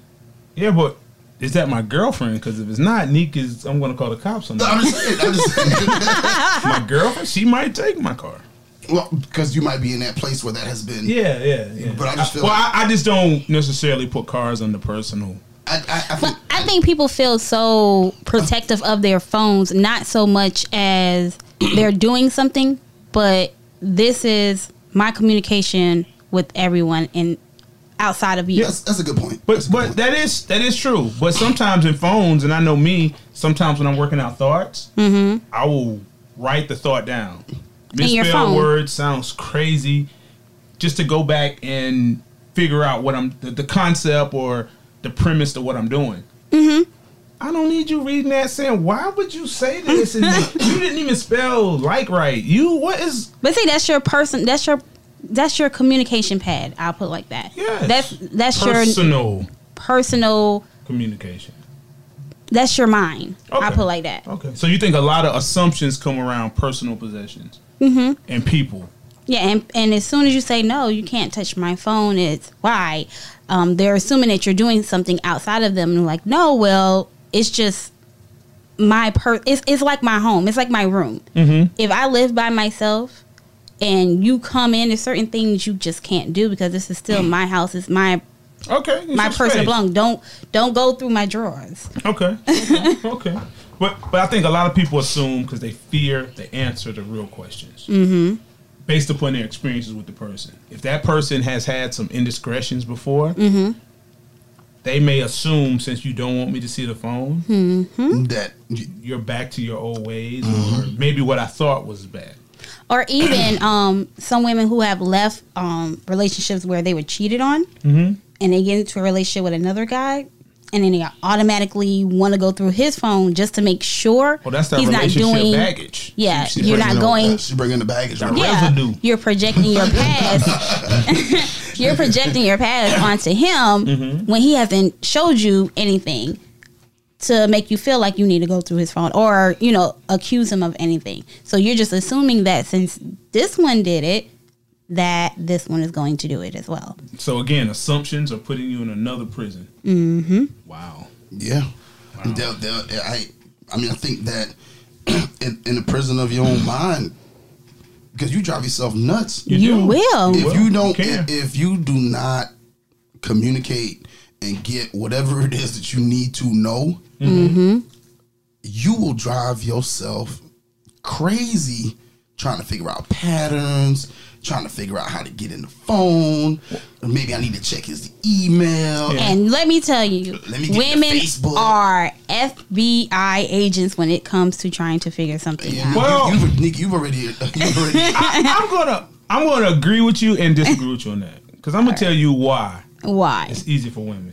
Speaker 5: yeah. But is that my girlfriend? Because if it's not, Neek is. I'm gonna call the cops on
Speaker 2: No, I'm
Speaker 5: that.
Speaker 2: just saying. I'm just saying.
Speaker 5: my girlfriend. She might take my car.
Speaker 2: well, because you might be in that place where that has been.
Speaker 5: Yeah, yeah, yeah.
Speaker 2: But I just feel
Speaker 5: well,
Speaker 2: like-
Speaker 5: I, I just don't necessarily put cars on the personal.
Speaker 2: I, I, I think.
Speaker 4: But I think people feel so protective of their phones, not so much as they're doing something, but this is my communication with everyone and outside of you.
Speaker 2: That's, that's a good point.
Speaker 5: But
Speaker 2: That's a good
Speaker 5: but
Speaker 2: point.
Speaker 5: that is that is true. But sometimes in phones, and I know me, sometimes when I'm working out thoughts, I will write the thought down.
Speaker 4: Mm-hmm. your
Speaker 5: Misspelled
Speaker 4: phone.
Speaker 5: word sounds crazy, just to go back and figure out what I'm the, the concept or the premise to what I'm doing. Mm-hmm. I don't need you reading that saying why would you say this? And you didn't even spell like right. You what is
Speaker 4: But see, that's your person. That's your that's your communication pad. I'll put it like that.
Speaker 5: Yes.
Speaker 4: That's that's your
Speaker 5: personal
Speaker 4: personal.
Speaker 5: communication?
Speaker 4: That's your mind.
Speaker 5: Okay.
Speaker 4: I'll put it like that.
Speaker 5: Okay. So you think a lot of assumptions come around personal possessions
Speaker 4: Mm-hmm.
Speaker 5: and people.
Speaker 4: Yeah, and, and as soon as you say no, you can't touch my phone. It's why um, they're assuming that you're doing something outside of them. And like, no, well, it's just my per. It's it's like my home. It's like my room. If I live by myself, and you come in, there's certain things you just can't do because this is still my house. It's my
Speaker 5: Okay. it's
Speaker 4: my
Speaker 5: your
Speaker 4: personal
Speaker 5: space.
Speaker 4: belonging. Don't don't go through my drawers.
Speaker 5: Okay. okay. okay. But but I think a lot of people assume because they fear the answer to real questions. Mm-hmm. Based upon their experiences with the person, if that person has had some indiscretions before,
Speaker 4: Mm-hmm.
Speaker 5: they may assume since you don't want me to see the phone,
Speaker 4: Hmm.
Speaker 2: that you-
Speaker 5: you're back to your old ways, or maybe what I thought was bad.
Speaker 4: or even um, some women who have left um, relationships where they were cheated on
Speaker 5: Mm-hmm.
Speaker 4: and they get into a relationship with another guy and then they automatically want to go through his phone just to make sure
Speaker 5: Well, Oh, that's that relationship baggage.
Speaker 4: yeah
Speaker 5: She- she
Speaker 4: you're
Speaker 5: brings
Speaker 4: not
Speaker 5: it up.
Speaker 4: going
Speaker 2: she bringing the baggage.
Speaker 5: Direct.
Speaker 2: right?
Speaker 4: yeah
Speaker 5: residue.
Speaker 4: you're projecting your past you're projecting your past onto him
Speaker 2: Mm-hmm.
Speaker 4: when he hasn't showed you anything to make you feel like you need to go through his phone or you know accuse him of anything so you're just assuming that since this one did it that this one is going to do it as well
Speaker 5: So again, assumptions are putting you in another prison. Mm-hmm. Wow.
Speaker 2: Yeah. They'll, they'll, I, I mean, I think that in, in the prison of your own mind, because you drive yourself nuts.
Speaker 5: Mm. You
Speaker 4: you
Speaker 5: do.
Speaker 4: will
Speaker 2: if
Speaker 5: Well,
Speaker 2: you
Speaker 5: you
Speaker 2: don't
Speaker 5: can.
Speaker 2: if, if you do not communicate and get whatever it is that you need to know you will drive yourself crazy trying to figure out patterns trying to figure out how to get in the phone maybe i need to check his email
Speaker 5: Yeah.
Speaker 4: and let me tell you
Speaker 2: Let me get
Speaker 4: women
Speaker 2: the Facebook.
Speaker 4: are fbi agents when it comes to trying to figure something
Speaker 2: Yeah,
Speaker 4: out
Speaker 2: you-
Speaker 5: Well-
Speaker 2: you, have Nick, you've already, you've already
Speaker 5: I, I'm gonna I'm gonna agree with you and disagree with you on that because I'm gonna tell you why
Speaker 4: why
Speaker 5: it's easy for women.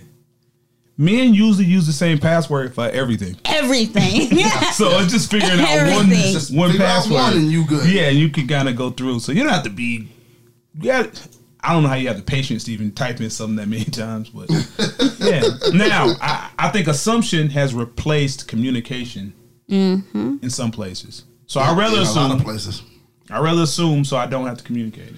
Speaker 5: Men usually use the same password for everything,
Speaker 4: everything
Speaker 5: so it's just figuring out one
Speaker 4: Everything.
Speaker 5: just one
Speaker 2: Figure out
Speaker 5: password
Speaker 2: one and you good.
Speaker 5: Yeah, and you can kind of go through, so you don't have to be. Yeah, I don't know how you have the patience to even type in something that many times, but yeah. Now I, I think assumption has replaced communication
Speaker 4: Mm-hmm.
Speaker 5: in some places. So I rather
Speaker 2: in a lot of
Speaker 5: assume
Speaker 2: places
Speaker 5: I rather assume so I don't have to communicate it.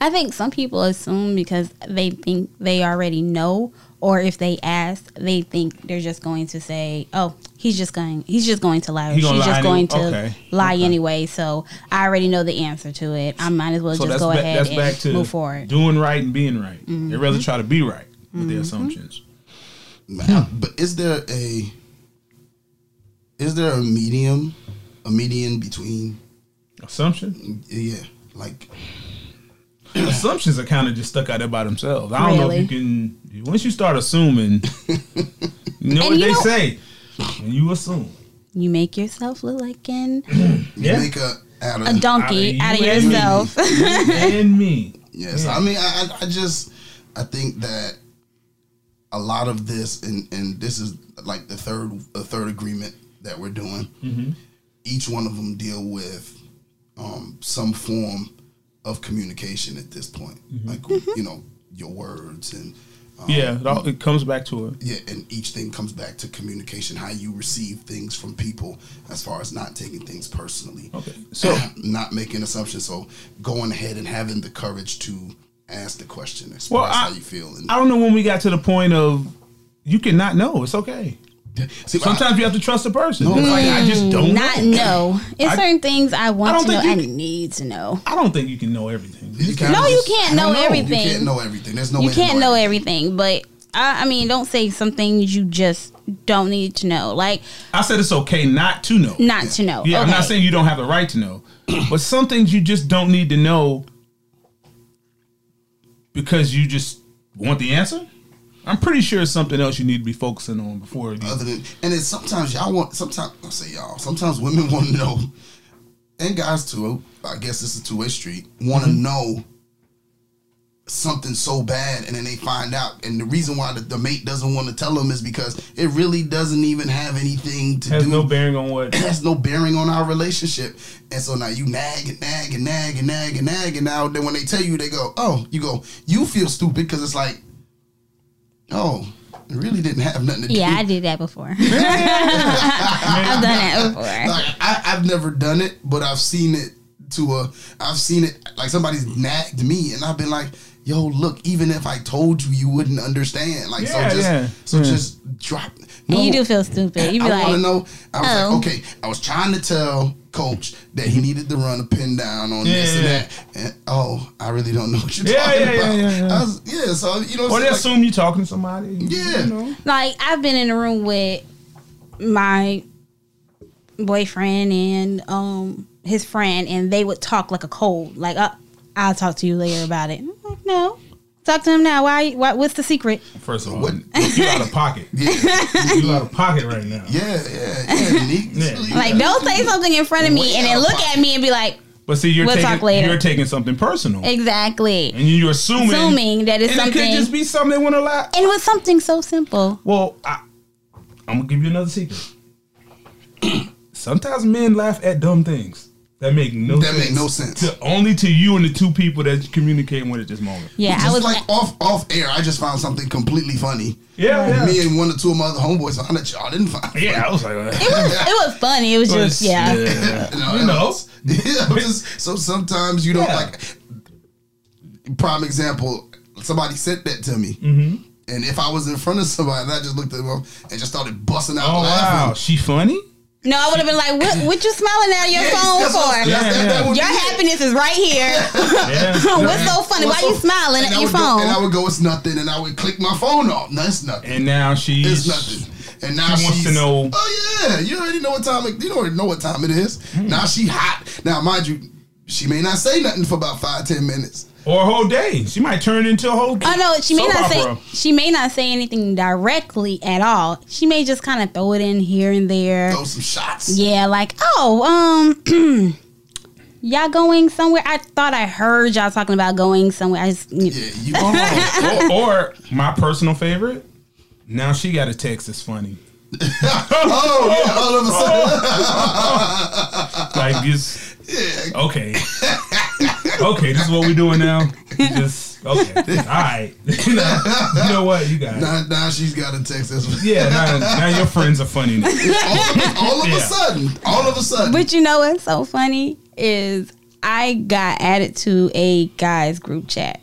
Speaker 4: I think some people assume because they think they already know, or if they ask, they think they're just going to say, "Oh, he's just going, he's just going to lie, or
Speaker 5: He
Speaker 4: she's
Speaker 5: gonna lie
Speaker 4: just
Speaker 5: any-
Speaker 4: going to
Speaker 5: okay,
Speaker 4: lie anyway." So I already know the answer to it. I might as well
Speaker 5: So
Speaker 4: just
Speaker 5: that's,
Speaker 4: go
Speaker 5: ba-
Speaker 4: ahead
Speaker 5: that's
Speaker 4: and
Speaker 5: back to
Speaker 4: move forward. Mm-hmm.
Speaker 5: doing right and being right. They rather try to be right with their assumptions.
Speaker 2: Now, but is there a is there a medium a median between
Speaker 5: Assumption?
Speaker 2: yeah like
Speaker 5: Assumptions are kind of just stuck out there by themselves. I don't know if you can. Once you start assuming, you
Speaker 4: And
Speaker 5: know
Speaker 4: you
Speaker 5: what they
Speaker 4: know-
Speaker 5: say. When you assume,
Speaker 4: You make yourself look like an,
Speaker 2: you
Speaker 5: yeah,
Speaker 2: make a out of
Speaker 4: a donkey out
Speaker 5: Outta
Speaker 4: of
Speaker 5: you and me.
Speaker 4: yourself.
Speaker 5: You and me.
Speaker 2: Yes,
Speaker 5: Yeah.
Speaker 2: I mean, I, I- I just I think that a lot of this, and and this is like the
Speaker 5: Mm-hmm.
Speaker 2: third the third agreement that we're doing. Each one of them deal with um, some form of communication at this point.
Speaker 5: Mm-hmm.
Speaker 2: Like you know your words and um,
Speaker 5: Yeah, it, all, it comes back to it.
Speaker 2: yeah, and each thing comes back to communication, how you receive things from people, as far as not taking things personally.
Speaker 5: Okay. So-
Speaker 2: not making assumptions. So going ahead and having the courage to ask the question, express
Speaker 5: Well, I-
Speaker 2: how you feel. And
Speaker 5: I don't know when we got to the point of you cannot know. It's okay.
Speaker 2: see,
Speaker 5: Sometimes you have to trust the person.
Speaker 2: No,
Speaker 5: It's like, I just don't
Speaker 4: Not
Speaker 5: know.
Speaker 4: know. It's
Speaker 5: I-
Speaker 4: certain things I
Speaker 5: I
Speaker 4: want
Speaker 5: don't
Speaker 4: to know.
Speaker 5: think you
Speaker 4: I
Speaker 5: can-
Speaker 4: need to know.
Speaker 5: I don't think you can know everything.
Speaker 2: kinda
Speaker 4: No, you
Speaker 2: just-
Speaker 4: can't
Speaker 2: I don't
Speaker 4: know
Speaker 2: You
Speaker 4: everything.
Speaker 2: can't know everything. There's no
Speaker 4: You
Speaker 2: way to
Speaker 4: can't
Speaker 2: know
Speaker 4: know
Speaker 2: everything.
Speaker 4: everything, but I, I mean, don't say some things you just don't need to know. Like
Speaker 5: I said it's okay not to know.
Speaker 4: not to know.
Speaker 5: Yeah, I'm
Speaker 4: Okay.
Speaker 5: not saying you don't have the right to know, but some things you just don't need to know because you just want the answer. I'm pretty sure it's something else you need to be focusing on before. You,
Speaker 2: other than and then sometimes y'all want sometimes I say y'all sometimes women want to know and guys too I guess this is two way street want
Speaker 5: Mm-hmm.
Speaker 2: to know something so bad and then they find out and the reason why the, the mate doesn't want to tell them is because it really doesn't even have anything to
Speaker 5: has
Speaker 2: do
Speaker 5: no bearing on what.
Speaker 2: has no bearing on our relationship and so now you nag and nag and nag and nag and nag and now then when they tell you they go oh you go you feel stupid because it's like oh it really didn't have nothing to do
Speaker 4: Yeah, I did that before. I've done that before.
Speaker 2: Like I, I've never done it, but I've seen it to a. I've seen it like somebody's nagged me, and I've been like, "Yo, look, even if I told you, you wouldn't understand." Like
Speaker 5: Yeah,
Speaker 2: so, just
Speaker 5: yeah.
Speaker 2: so
Speaker 5: Yeah.
Speaker 2: just drop.
Speaker 4: And you do feel stupid. You be
Speaker 2: I
Speaker 4: like,
Speaker 2: want to know. I was
Speaker 4: oh.
Speaker 2: like, okay, I was trying to tell coach that he needed to run a pin down on this and
Speaker 5: Yeah.
Speaker 2: that. And, oh, I really don't know what you're
Speaker 5: Yeah,
Speaker 2: talking
Speaker 5: yeah, yeah,
Speaker 2: about.
Speaker 5: yeah, yeah.
Speaker 2: I was, yeah, so you know,
Speaker 5: Or
Speaker 2: what
Speaker 5: they
Speaker 2: I'm saying?
Speaker 5: assume you're talking to somebody. you
Speaker 2: Yeah.
Speaker 5: know.
Speaker 4: like I've been in a room with my boyfriend and um his friend, and they would talk like a cold. Like, uh, I'll talk to you later about it. And I'm like, no, talk to him now. Why? why what's the secret?
Speaker 5: First of all,
Speaker 2: What-
Speaker 5: you out of pocket. You- You out of pocket right now.
Speaker 2: yeah, yeah, yeah, yeah. Neat.
Speaker 5: Yeah.
Speaker 4: Like, don't say something in front of me and then look at me and be like,
Speaker 5: But see, you're
Speaker 4: We'll
Speaker 5: taking
Speaker 4: talk later.
Speaker 5: you're taking something personal,
Speaker 4: exactly.
Speaker 5: and you're assuming
Speaker 4: Assuming that it's
Speaker 5: and It
Speaker 4: something-
Speaker 5: could just be something when a lot.
Speaker 4: And it was something so simple.
Speaker 5: Well, I, I'm gonna give you another secret. Sometimes men laugh at dumb things that make no
Speaker 2: That
Speaker 5: sense
Speaker 2: make no sense.
Speaker 5: to only to you and the two people that you communicate with at this moment.
Speaker 4: Yeah, I
Speaker 2: Just
Speaker 4: was
Speaker 2: like off off air, I just found something completely funny.
Speaker 5: Yeah, yeah.
Speaker 2: Me and one or two of my other homeboys found that y'all didn't find.
Speaker 5: Yeah, I was like, uh,
Speaker 4: it was it was funny. It was just yeah.
Speaker 5: you know,
Speaker 2: Yeah, I'm just- so sometimes you don't
Speaker 5: Yeah.
Speaker 2: like. Prime example: somebody sent that to me,
Speaker 5: Mm-hmm.
Speaker 2: and if I was in front of somebody, and I just looked at them and just started busting out
Speaker 5: oh wow,
Speaker 2: laughing.
Speaker 5: she funny.
Speaker 4: No, I would have been like, what? What you smiling at your
Speaker 2: Yes,
Speaker 4: phone
Speaker 2: that's what-
Speaker 4: for?
Speaker 2: that's- that-
Speaker 5: Yeah,
Speaker 2: that
Speaker 5: yeah.
Speaker 2: would
Speaker 4: Your
Speaker 2: be it.
Speaker 4: happiness is right here.
Speaker 5: Yeah,
Speaker 4: What's so funny?
Speaker 2: What's
Speaker 4: Why you
Speaker 2: up?
Speaker 4: smiling
Speaker 2: And
Speaker 4: at
Speaker 2: I
Speaker 4: your
Speaker 2: would go- and I
Speaker 4: phone?
Speaker 2: would go, it's nothing, and I would click my phone off. No, it's nothing.
Speaker 5: and now
Speaker 2: It's
Speaker 5: she's
Speaker 2: nothing. And now
Speaker 5: She
Speaker 2: she
Speaker 5: wants to know-
Speaker 2: Oh yeah, you already know what time it. You already know what time it is.
Speaker 5: Hmm.
Speaker 2: Now she hot. Now mind you, she may not say nothing for about five ten minutes.
Speaker 5: or a whole day. She might turn into a whole.
Speaker 4: Oh no, she may
Speaker 5: soap
Speaker 4: not say
Speaker 5: opera.
Speaker 4: she may not say anything directly at all. She may just kind of throw it in here and there.
Speaker 2: Throw some shots.
Speaker 4: Yeah, like oh, um, y'all going somewhere? I thought I heard y'all talking about going somewhere. I just
Speaker 2: Yeah, you.
Speaker 5: or, or my personal favorite. Now she got a text that's funny.
Speaker 2: oh yeah, all of a sudden.
Speaker 5: Like it's
Speaker 2: Yeah.
Speaker 5: okay. Okay, this is what we're doing now. Just okay. All right. you know what? You guys.
Speaker 2: Now, now she's got a text. That's what-
Speaker 5: Yeah, now, now your friends are funny. Now.
Speaker 2: all, all of a
Speaker 5: Yeah.
Speaker 2: sudden, all of a sudden.
Speaker 4: But you know what's so funny is I got added to a guys group chat.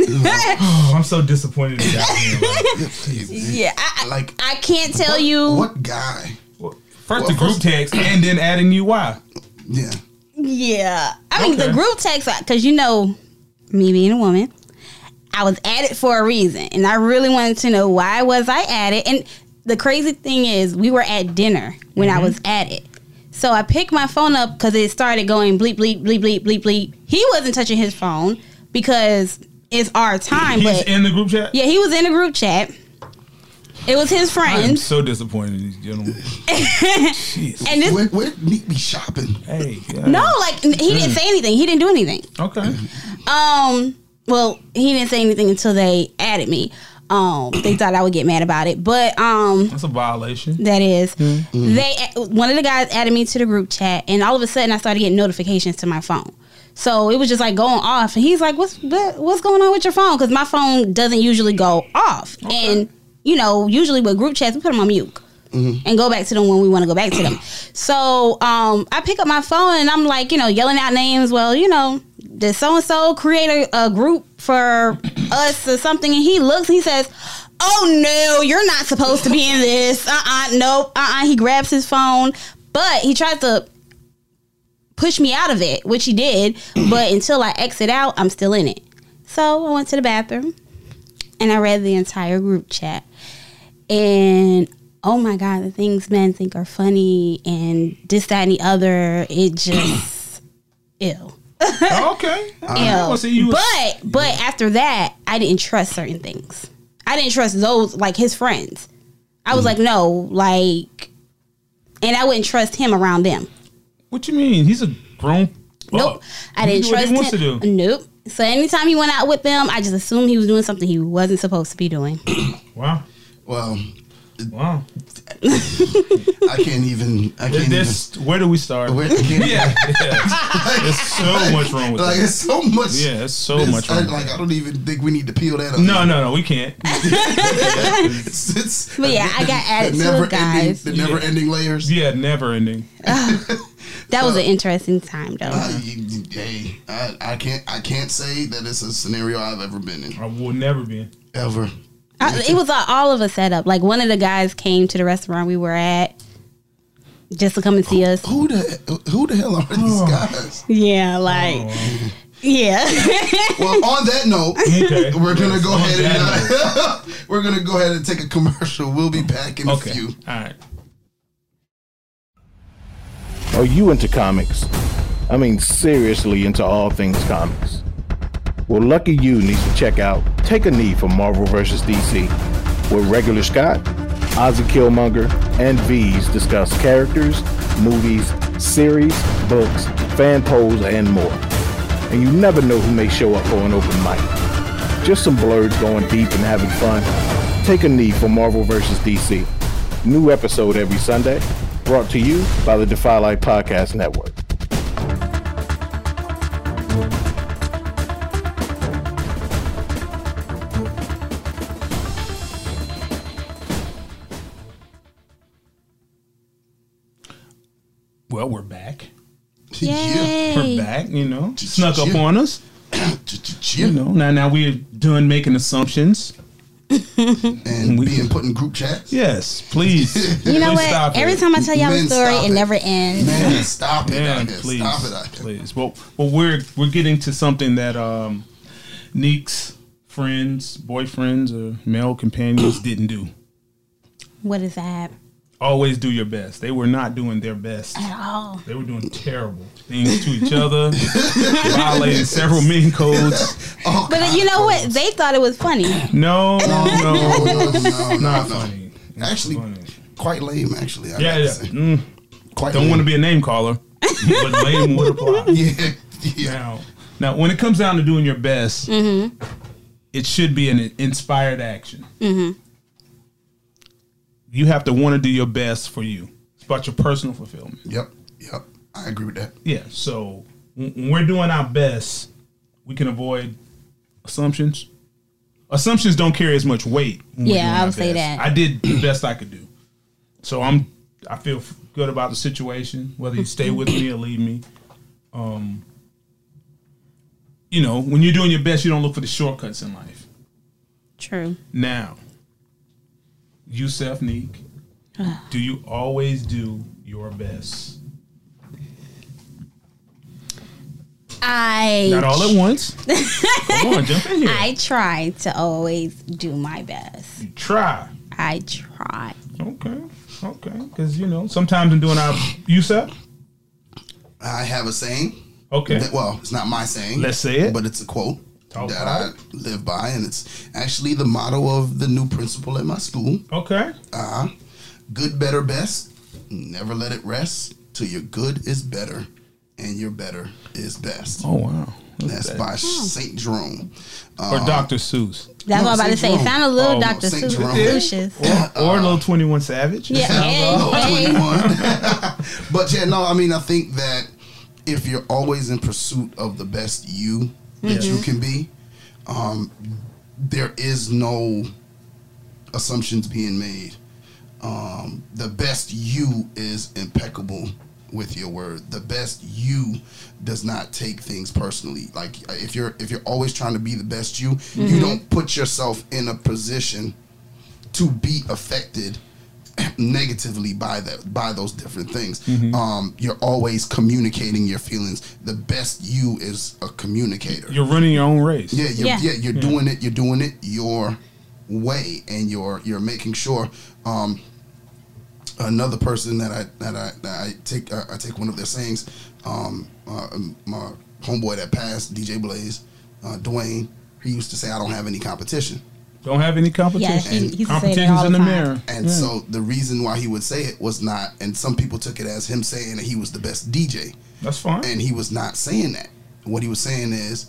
Speaker 5: Oh, I'm so disappointed in that.
Speaker 4: Yeah, I, I-
Speaker 2: Like
Speaker 4: I can't tell you.
Speaker 2: what guy?
Speaker 5: man. First the group text and then adding you why.
Speaker 2: Yeah.
Speaker 4: Yeah, I mean
Speaker 5: Okay.
Speaker 4: the group text because you know me being a woman, I was added for a reason, and I really wanted to know why was I added. And the crazy thing is, we were at dinner when
Speaker 5: Mm-hmm.
Speaker 4: I was added. So I picked my phone up because it started going bleep bleep bleep bleep bleep bleep. He wasn't touching his phone because it's our time.
Speaker 5: He's
Speaker 4: but
Speaker 5: in the group chat?
Speaker 4: Yeah, he was in a group chat. It was his
Speaker 5: I'm
Speaker 4: friends.
Speaker 5: so disappointed in these gentlemen. Jeez.
Speaker 4: And this
Speaker 2: Where, where did meet me shopping?
Speaker 5: Hey. yeah.
Speaker 4: no, like n- he
Speaker 5: Mm.
Speaker 4: didn't say anything. He didn't do anything.
Speaker 5: Okay.
Speaker 4: Um, well, he didn't say anything until they added me. Um, they thought I would get mad about it, but um,
Speaker 5: That's a violation.
Speaker 4: that is. They one of the guys added me to the group chat, and all of a sudden I started getting notifications to my phone. So it was just like going off, and he's like, "What's what, what's going on with your phone?" Because my phone doesn't usually go off, and you know, usually with group chats we put them on mute. And go back to them when we want to go back to them. So um, I pick up my phone and I'm like, you know, yelling out names. Well, you know, did so and so create a, a group for us or something? And he looks and he says, oh no, you're not supposed to be in this. Uh uh nope. Uh uh He grabs his phone, but he tries to push me out of it, which he did. But until I exit out, I'm still in it. So I went to the bathroom and I read the entire group chat. And oh my God, the things men think are funny and this, that, and the other. It just, ill.
Speaker 5: Oh, okay.
Speaker 4: Yeah.
Speaker 5: Well, see, you was-
Speaker 4: but but after that, I didn't trust certain things. I didn't trust those like his friends. I
Speaker 5: Mm.
Speaker 4: was like, no, like, and I wouldn't trust him around them.
Speaker 5: What you mean? He's a grown.
Speaker 4: Nope,
Speaker 5: up.
Speaker 4: I
Speaker 5: He
Speaker 4: didn't
Speaker 5: Oh. do what he
Speaker 4: trust
Speaker 5: wants
Speaker 4: him.
Speaker 5: to do.
Speaker 4: Nope. So anytime he went out with them, I just assumed he was doing something he wasn't supposed to be doing.
Speaker 5: Wow.
Speaker 2: Well,
Speaker 5: Wow.
Speaker 2: I can't even. I can't even.
Speaker 5: This. Where do we start?
Speaker 2: Where- I can't-
Speaker 5: yeah. yeah.
Speaker 2: like,
Speaker 5: There's so much wrong with
Speaker 2: like,
Speaker 5: that.
Speaker 2: it's so much.
Speaker 5: Yeah, there's so
Speaker 2: it's-
Speaker 5: much
Speaker 2: I,
Speaker 5: wrong. with
Speaker 2: like
Speaker 5: that.
Speaker 2: I don't even think we need to peel that up.
Speaker 5: No, no, no. We can't.
Speaker 2: it's, it's
Speaker 4: But yeah, I got added
Speaker 2: the
Speaker 4: to
Speaker 2: never
Speaker 4: it, guys.
Speaker 2: ending, the never ending layers.
Speaker 5: Yeah, never ending.
Speaker 4: That was an interesting time, though.
Speaker 2: I- you- you- hey, I, I can't I can't say that it's a scenario I've ever been in
Speaker 5: I will never be. in.
Speaker 2: ever.
Speaker 4: I, it was a, all of a setup. Like one of the guys came to the restaurant we were at just to come and see us.
Speaker 2: Who the who the hell are these
Speaker 5: Oh.
Speaker 2: guys?
Speaker 4: Yeah, like yeah.
Speaker 2: Well, on that note,
Speaker 5: Okay.
Speaker 2: we're gonna
Speaker 5: Yes,
Speaker 2: go
Speaker 5: on
Speaker 2: ahead and
Speaker 5: that
Speaker 2: uh, we're gonna go ahead and take a commercial. We'll be back in a
Speaker 5: Okay.
Speaker 2: few.
Speaker 5: All right.
Speaker 6: Are you into comics? I mean, seriously into all things comics. Well, lucky you needs to check out Take a Knee for Marvel vs. DC, where regular Scott, Ozzy Killmonger, and V's discuss characters, movies, series, books, fan polls, and more. And you never know who may show up for an open mic. Just some blurs going deep and having fun. Take a knee for Marvel vs. DC. New episode every Sunday, brought to you by the Defy Life Podcast Network.
Speaker 5: Well, we're back.
Speaker 2: Yeah.
Speaker 5: We're
Speaker 4: Yay.
Speaker 5: back. You know,
Speaker 2: Just
Speaker 5: snuck up
Speaker 2: chill.
Speaker 5: on us. You
Speaker 2: Yeah.
Speaker 5: know, now now we're done making assumptions.
Speaker 2: And being put in group chats.
Speaker 5: Yes, please.
Speaker 4: You know
Speaker 5: Please
Speaker 4: what?
Speaker 5: stop
Speaker 4: Every
Speaker 5: it.
Speaker 4: time I tell y'all a
Speaker 2: Men,
Speaker 4: story,
Speaker 2: stop
Speaker 4: it
Speaker 2: it.
Speaker 4: never ends.
Speaker 2: Man, stop it.
Speaker 5: Man,
Speaker 2: out there.
Speaker 5: please,
Speaker 2: Stop it. out there.
Speaker 5: please. Well, well, we're we're getting to something that um, Neek's friends, boyfriends, or male companions didn't do.
Speaker 4: What is that
Speaker 5: Always do your best. They were not doing their best.
Speaker 4: at all?
Speaker 5: They were doing terrible things to each other, violating several men codes.
Speaker 2: Oh,
Speaker 4: But you know what? They thought it was funny.
Speaker 2: No,
Speaker 5: No, no,
Speaker 2: no, no, no,
Speaker 5: not
Speaker 2: no.
Speaker 5: funny. Not
Speaker 2: Actually,
Speaker 5: funny.
Speaker 2: quite lame. Actually, I
Speaker 5: yeah,
Speaker 2: gotta
Speaker 5: yeah.
Speaker 2: say.
Speaker 5: Mm,
Speaker 2: Quite
Speaker 5: don't
Speaker 2: lame.
Speaker 5: want to be a name caller, but blame would apply.
Speaker 2: Yeah, yeah.
Speaker 5: Now, now, when it comes down to doing your best, it should be an inspired action. You have to want to do your best for you. It's about your personal fulfillment.
Speaker 2: Yep, yep. I agree with that.
Speaker 5: Yeah. So when when we're doing our best, we can avoid assumptions. Assumptions don't carry as much weight. when we're
Speaker 4: Yeah,
Speaker 5: doing
Speaker 4: I
Speaker 5: our
Speaker 4: would say
Speaker 5: best.
Speaker 4: that.
Speaker 5: I did the best I could do. So I'm. I feel good about the situation, whether you stay with me or leave me. Um, you know, when you're doing your best, you don't look for the shortcuts in life.
Speaker 4: True.
Speaker 5: Now, Yusef Neek, do you always do your best?
Speaker 4: I
Speaker 5: Not all at once. Come on, jump in here.
Speaker 4: I try to always do my best.
Speaker 5: You try.
Speaker 4: I try.
Speaker 5: Okay. Okay. Because, you know, sometimes in doing our USAP.
Speaker 2: I have a saying.
Speaker 5: Okay.
Speaker 2: that- well, it's not my saying.
Speaker 5: Let's say it.
Speaker 2: But it's a quote
Speaker 5: Talk
Speaker 2: that
Speaker 5: about
Speaker 2: I live by, and it's actually the motto of the new principal at my school.
Speaker 5: Okay.
Speaker 2: Uh, good, better, best. Never let it rest till your good is better and your better is best.
Speaker 5: Oh, wow.
Speaker 2: That's by Saint Jerome.
Speaker 5: Or Dr. Seuss.
Speaker 4: That's what I'm about to
Speaker 2: Saint
Speaker 4: say.
Speaker 2: Jerome.
Speaker 4: Sound a little
Speaker 2: Oh,
Speaker 4: Dr.
Speaker 2: Saint
Speaker 4: Seuss
Speaker 2: Jerome.
Speaker 4: delicious.
Speaker 5: Or, or Little 21 Savage.
Speaker 4: Yeah, hey, hey.
Speaker 2: 21. but yeah, no, I mean, I think that if you're always in pursuit of the best you that
Speaker 4: Mm-hmm.
Speaker 2: you can be, um, there is no assumptions being made. Um, the best you is impeccable with your word. The best you does not take things personally. Like if you're if you're always trying to be the best you, you don't put yourself in a position to be affected negatively by that by those different things. Um, you're always communicating your feelings. The best you is a communicator.
Speaker 5: You're running your own race.
Speaker 2: yeah, you're, yeah,
Speaker 4: Yeah.
Speaker 2: you're doing it. You're doing it your way, and you're you're making sure. Um, another person that I that I, that I take uh, I, I take one of their sayings. Um, uh, my homeboy that passed, DJ Blaze, uh, Dwayne, he used to say, "I don't have any competition."
Speaker 5: Don't have any competition.
Speaker 4: Yeah, he- he used to say that
Speaker 5: Competition's
Speaker 4: all
Speaker 5: in the
Speaker 4: the time.
Speaker 5: mirror.
Speaker 2: And
Speaker 5: Yeah.
Speaker 2: so the reason why he would say it was not, and some people took it as him saying that he was the best DJ,
Speaker 5: That's fine.
Speaker 2: and he was not saying that. What he was saying is,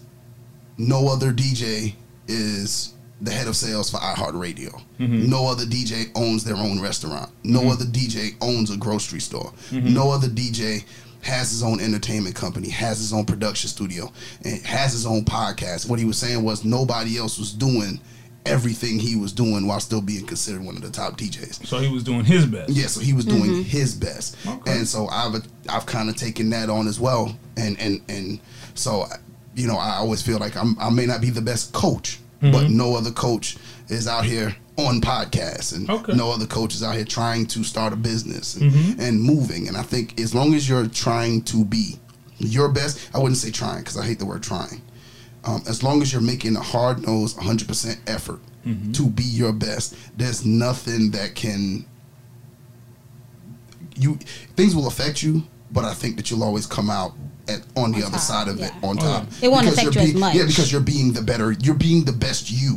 Speaker 2: no other DJ is the head of sales for iHeartRadio. No other DJ owns their own restaurant. No other DJ owns a grocery store. No other DJ has his own entertainment company, has his own production studio, and has his own podcast. What he was saying was nobody else was doing everything he was doing while still being considered one of the top DJs.
Speaker 5: so he was doing his best. Mm-hmm.
Speaker 2: Yeah, so he was doing his best,
Speaker 5: Okay.
Speaker 2: and so I've I've kind of taken that on as well, and and and so you know I always feel like I'm I may not be the best coach,
Speaker 5: Mm-hmm.
Speaker 2: but no other coach is out here on podcasts, and
Speaker 5: Okay. Mm-hmm.
Speaker 2: no other coach is out here trying to start a business and, and moving. And I think as long as you're trying to be your best, I wouldn't say trying because I hate the word trying. Um, as long as you're making a hard nosed, 100% effort
Speaker 5: Mm-hmm.
Speaker 2: to be your best, there's nothing that can you things will affect you, but I think that you'll always come out at, on the other
Speaker 4: top,
Speaker 2: side of it
Speaker 4: yeah.
Speaker 2: on top.
Speaker 5: yeah.
Speaker 4: It won't
Speaker 2: Because
Speaker 4: affect
Speaker 2: you're
Speaker 4: you as
Speaker 2: being-
Speaker 4: much.
Speaker 2: Yeah, because you're being the better, you're being the best you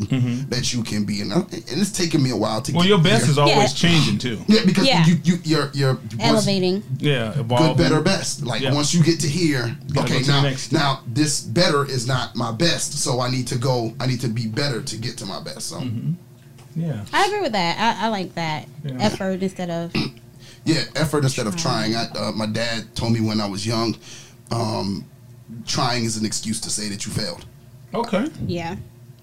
Speaker 2: that you can be, and, I, and it's taken me a while to.
Speaker 5: Mm-hmm. Well,
Speaker 2: get
Speaker 5: your best
Speaker 2: there.
Speaker 5: is always
Speaker 4: Yeah.
Speaker 5: changing too.
Speaker 2: yeah because
Speaker 4: Yeah.
Speaker 2: you you you're you're once-
Speaker 4: Elevating.
Speaker 5: Yeah,
Speaker 2: Good,
Speaker 5: evolving.
Speaker 2: better, best. Like
Speaker 5: Yeah.
Speaker 2: once you get to here,
Speaker 5: gotta
Speaker 2: okay,
Speaker 5: go to the
Speaker 2: now
Speaker 5: next.
Speaker 2: now this better is not my best, so I need to go. I need to be better to get to my best. So
Speaker 5: Mm-hmm. Yeah.
Speaker 4: I agree with that. I, I like that
Speaker 5: Yeah.
Speaker 4: effort instead of
Speaker 2: Yeah, effort instead of trying. I, uh, my dad told me when I was young, um, trying is an excuse to say that you failed.
Speaker 5: Okay.
Speaker 4: yeah.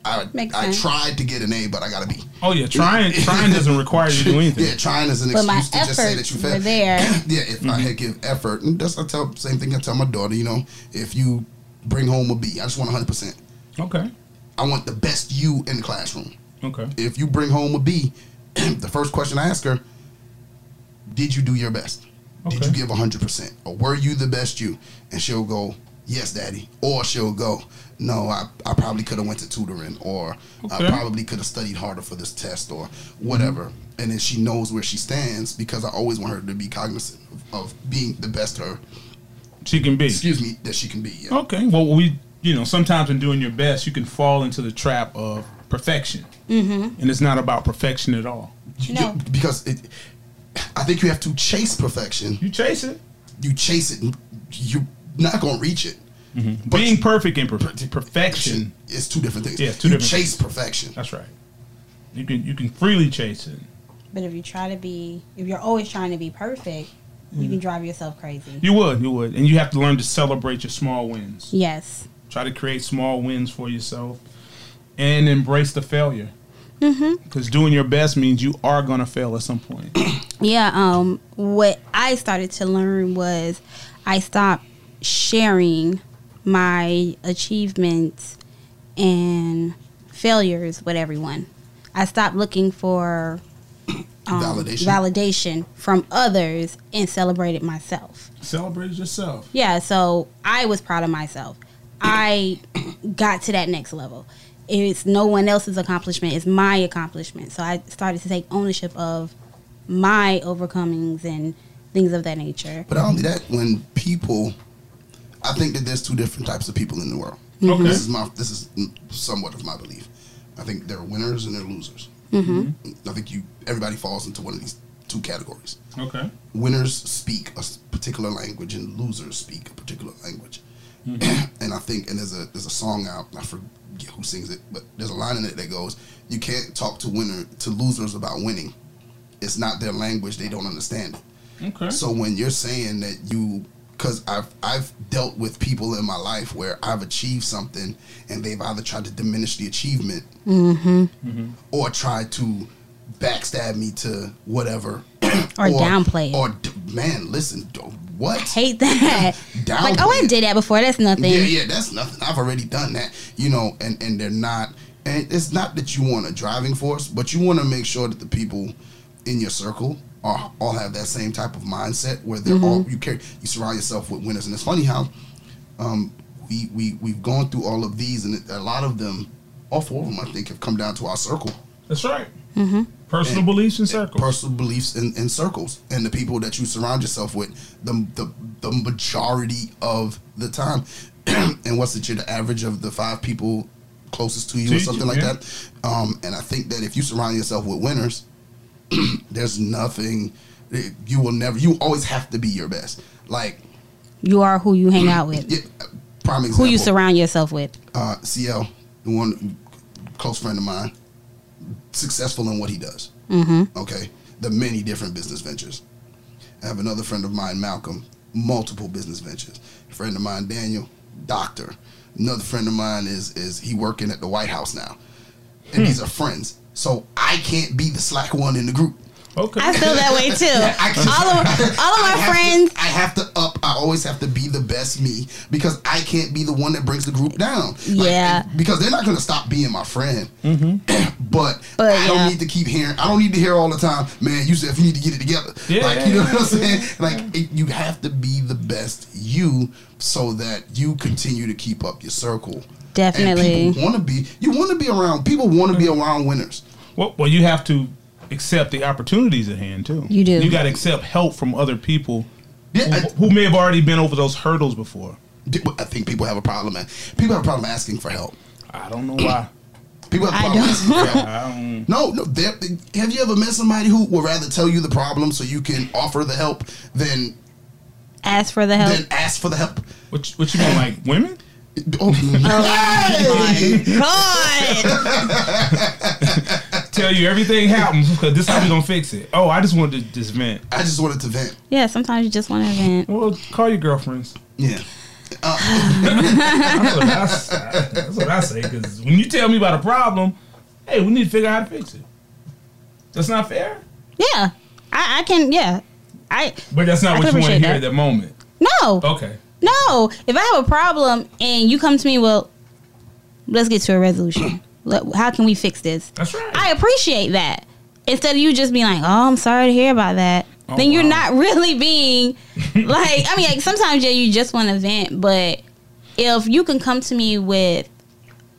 Speaker 2: I
Speaker 4: Makes
Speaker 2: I
Speaker 4: sense.
Speaker 2: tried to get an A, but I got a B.
Speaker 5: Oh yeah, trying trying doesn't require you to do anything.
Speaker 2: Yeah, trying is an
Speaker 4: But my
Speaker 2: excuse to just say that
Speaker 4: efforts
Speaker 2: you
Speaker 4: were
Speaker 2: failed.
Speaker 4: there.
Speaker 2: yeah, if
Speaker 5: Mm-hmm.
Speaker 2: I had give effort, and that's I tell same thing I tell my daughter. You know, if you bring home a B, I just want 100. percent
Speaker 5: Okay.
Speaker 2: I want the best you in the classroom.
Speaker 5: Okay.
Speaker 2: If you bring home a B, the first question I ask her, did you do your best? Did
Speaker 5: Okay.
Speaker 2: you give 100%? Or were you the best you? And she'll go, yes, daddy. Or she'll go, no, I, I probably could have went to tutoring or
Speaker 5: Okay.
Speaker 2: I probably could have studied harder for this test or whatever.
Speaker 5: Mm-hmm.
Speaker 2: And then she knows where she stands because I always want her to be cognizant of, of being the best her,
Speaker 5: She can be.
Speaker 2: excuse me, that she can be. Yeah.
Speaker 5: Okay. Well, we, you know, sometimes in doing your best, you can fall into the trap of perfection, mm-hmm. and it's not about perfection at all.
Speaker 2: You-
Speaker 4: No.
Speaker 2: Because it, I think you have to chase perfection.
Speaker 5: You chase it.
Speaker 2: you chase it, you're not gonna reach it. But
Speaker 5: Mm-hmm. Being perfect and perf- perfection.
Speaker 2: it's two different things.
Speaker 5: Yeah, two
Speaker 2: you
Speaker 5: different
Speaker 2: chase perfection.
Speaker 5: That's right. You can you can freely chase it.
Speaker 4: But if you try to be, if you're always trying to be perfect, you can drive yourself crazy.
Speaker 5: You would, you would, and you have to learn to celebrate your small wins.
Speaker 4: Yes.
Speaker 5: Try to create small wins for yourself, and embrace the failure. Because doing your best means you are gonna fail at some point.
Speaker 4: Yeah. Um. What I started to learn was, I stopped sharing my achievements and failures with everyone. I stopped looking for um,
Speaker 2: Validation.
Speaker 4: validation from others and celebrated myself.
Speaker 5: Celebrate yourself.
Speaker 4: Yeah, so I was proud of myself. I got to that next level. It's no one else's accomplishment, it's my accomplishment. So I started to take ownership of my overcomings and things of that nature.
Speaker 2: But not only that, when people, I think that there's two different types of people in the world.
Speaker 5: Okay.
Speaker 2: This is my this is somewhat of my belief. I think there are winners and there are losers. I think you everybody falls into one of these two categories.
Speaker 5: Okay.
Speaker 2: winners speak a s- particular language and losers speak a particular language. and I think and there's a there's a song out I forget who sings it, but there's a line in it that goes, "You can't talk to winner to losers about winning. It's not their language; they don't understand it."
Speaker 5: Okay.
Speaker 2: So when you're saying that you, because I've I've dealt with people in my life where I've achieved something and they've either tried to diminish the achievement or tried to backstab me to whatever
Speaker 4: Or downplay it.
Speaker 2: Or d- man, listen, d- what?
Speaker 4: Hate that.
Speaker 2: Downplay
Speaker 4: like, oh, I
Speaker 2: it.
Speaker 4: did that before. That's nothing.
Speaker 2: Yeah, yeah, that's nothing. I've already done that, you know, and and they're not. And it's not that you want a driving force, but you want to make sure that the people in your circle are all have that same type of mindset where they're all you care. You surround yourself with winners, and it's funny how um, we we we've gone through all of these, and a lot of them, all four of them, I think, have come down to our circle
Speaker 5: That's right. Personal beliefs and circles.
Speaker 2: personal beliefs and, and circles and the people that you surround yourself with the the, the majority of the time and what's it you're the average of the five people closest to you
Speaker 5: To
Speaker 2: or
Speaker 5: you,
Speaker 2: something like
Speaker 5: yeah.
Speaker 2: that um, and i think that if you surround yourself with winners there's nothing you will never you always have to be your best like
Speaker 4: You are who you hang out with.
Speaker 2: yeah, prime example
Speaker 4: Who you surround yourself with.
Speaker 2: uh, CL, the one close friend of mine, successful in what he does. Mm-hmm. Okay, the many different business ventures. I have another friend of mine, Malcolm, multiple business ventures. friend of mine, Daniel, doctor. Another friend of mine is is he working at the White House now, and these are friends. So I can't be the slack one in the group.
Speaker 5: Okay.
Speaker 4: I feel that way too.
Speaker 2: I can-
Speaker 4: all of all of
Speaker 2: I
Speaker 4: my
Speaker 2: have
Speaker 4: friends.
Speaker 2: to, I have to up. I always have to be the best me because I can't be the one that brings the group down.
Speaker 4: Yeah.
Speaker 2: because they're not going to stop being my friend.
Speaker 5: Mm-hmm.
Speaker 2: but,
Speaker 4: But,
Speaker 2: I don't
Speaker 4: yeah.
Speaker 2: need to keep hearing. I don't need to hear all the time, man. You said if you need to get it together.
Speaker 5: Yeah,
Speaker 2: like you know
Speaker 5: yeah,
Speaker 2: what I'm saying. Like it, you have to be the best you so that you continue to keep up your circle.
Speaker 4: Definitely.
Speaker 2: And people want to be. You want to be around. People want to be
Speaker 5: Mm-hmm.
Speaker 2: around winners.
Speaker 5: Well, well, you have to accept the opportunities at hand too.
Speaker 4: You do.
Speaker 5: You got to accept help from other people
Speaker 2: Yeah,
Speaker 5: who,
Speaker 2: I-
Speaker 5: who may have already been over those hurdles before.
Speaker 2: I think people have a problem. man. People have a problem asking for help.
Speaker 5: I don't know why.
Speaker 2: People have
Speaker 4: I
Speaker 2: problems.
Speaker 5: I don't.
Speaker 2: No, no. there- Have you ever met somebody who would rather tell you the problem so you can offer the help than
Speaker 4: Ask for the help.
Speaker 2: than ask for the help?
Speaker 5: What, you- what you mean, like women?
Speaker 2: Oh, hey!
Speaker 4: Oh God,
Speaker 5: Tell you everything happens because this is how we gonna fix it. Oh, I just wanted to just vent.
Speaker 2: I just wanted to vent.
Speaker 4: yeah. Sometimes you just want to vent.
Speaker 5: Well, call your girlfriends.
Speaker 2: Yeah.
Speaker 5: That's what I, s- that's what I say. Because when you tell me about a problem, hey, we need to figure out how to fix it. That's not fair.
Speaker 4: Yeah, I, I can. Yeah, I
Speaker 5: But that's not
Speaker 4: I
Speaker 5: what
Speaker 4: can
Speaker 5: you want to
Speaker 4: appreciate
Speaker 5: hear at
Speaker 4: that.
Speaker 5: that moment.
Speaker 4: no.
Speaker 5: Okay.
Speaker 4: No, if I have a problem and you come to me, well, let's get to a resolution. Let- How can we fix this?
Speaker 5: That's right.
Speaker 4: I appreciate that. Instead of you just being like, "Oh, I'm sorry to hear about that,"
Speaker 5: Oh,
Speaker 4: then you're
Speaker 5: wow.
Speaker 4: not really being like. I mean, like sometimes yeah, you just want to vent, but if you can come to me with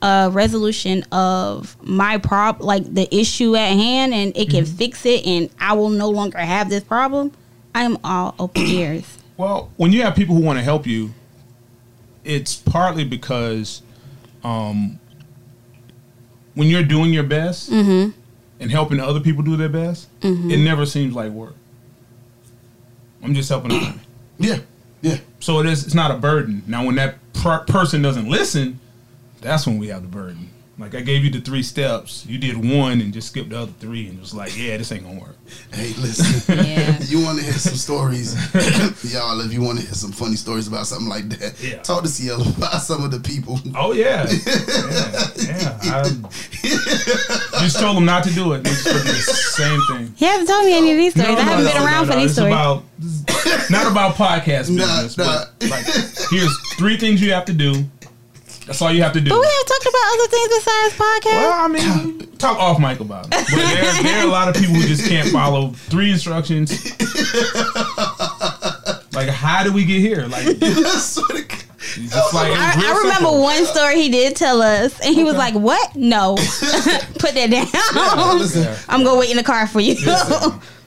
Speaker 4: a resolution of my prop, like the issue at hand, and it
Speaker 5: Mm-hmm.
Speaker 4: can fix it, and I will no longer have this problem, I am all open ears.
Speaker 5: Well, when you have people who want to help you, it's partly because um, when you're doing your best and helping other people do their best, it never seems like work. I'm just helping them.
Speaker 2: Yeah. Yeah.
Speaker 5: So it is. It's not a burden. Now, when that per- person doesn't listen, that's when we have the burden. Like I gave you the three steps, you did one and just skipped the other three, and was like, "Yeah, this ain't gonna work."
Speaker 2: Hey, listen.
Speaker 4: Yeah.
Speaker 2: You want to hear some stories, y'all? If you want to hear some funny stories about something like that,
Speaker 5: Yeah.
Speaker 2: talk to CL about some of the people.
Speaker 5: Oh yeah, yeah. yeah. I just told them not to do it. They just did the same thing.
Speaker 4: He hasn't told me any of these stories. I haven't been around for these
Speaker 5: It's
Speaker 4: stories.
Speaker 5: about this is not about podcast
Speaker 2: Nah,
Speaker 5: business,
Speaker 2: nah.
Speaker 5: but like here's three things you have to do. That's all you have to do.
Speaker 4: but we have talked about other things besides podcast.
Speaker 5: Well, I mean, we talk off mic about it. But there, there are a lot of people who just can't follow three instructions. Like, how do we get here? Like, it's
Speaker 2: I swear to God.
Speaker 5: just like
Speaker 4: I,
Speaker 5: it's real
Speaker 4: I remember
Speaker 5: simple.
Speaker 4: one story he did tell us, and he was like, "What? No, put that down.
Speaker 2: listen.
Speaker 4: I'm gonna wait in the car for you."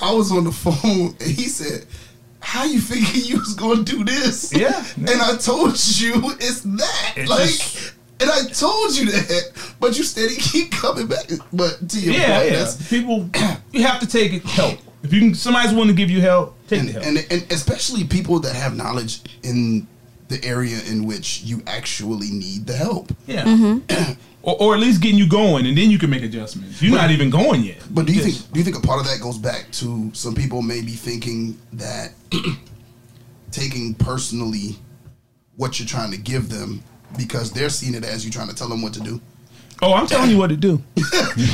Speaker 2: I was on the phone and he said, How you figure you was gonna do this?
Speaker 5: Yeah.
Speaker 2: And I told you it's that.
Speaker 5: It
Speaker 2: like
Speaker 5: just-
Speaker 2: and I told you that, but you steady keep coming back. But to your
Speaker 5: Yeah,
Speaker 2: point,
Speaker 5: yeah.
Speaker 2: that's-
Speaker 5: People, you have to take help. If you can, somebody's willing to give you help, take
Speaker 2: and,
Speaker 5: the help.
Speaker 2: and and especially people that have knowledge in the area in which you actually need the help.
Speaker 5: Yeah.
Speaker 2: Mm-hmm.
Speaker 5: or, or at least getting you going, and then you can make adjustments. You're not even going yet.
Speaker 2: But do you
Speaker 5: Just-
Speaker 2: think do you think a part of that goes back to some people maybe thinking that taking personally what you're trying to give them because they're seeing it as you trying to tell them what to do?
Speaker 5: Oh, I'm telling you what to do.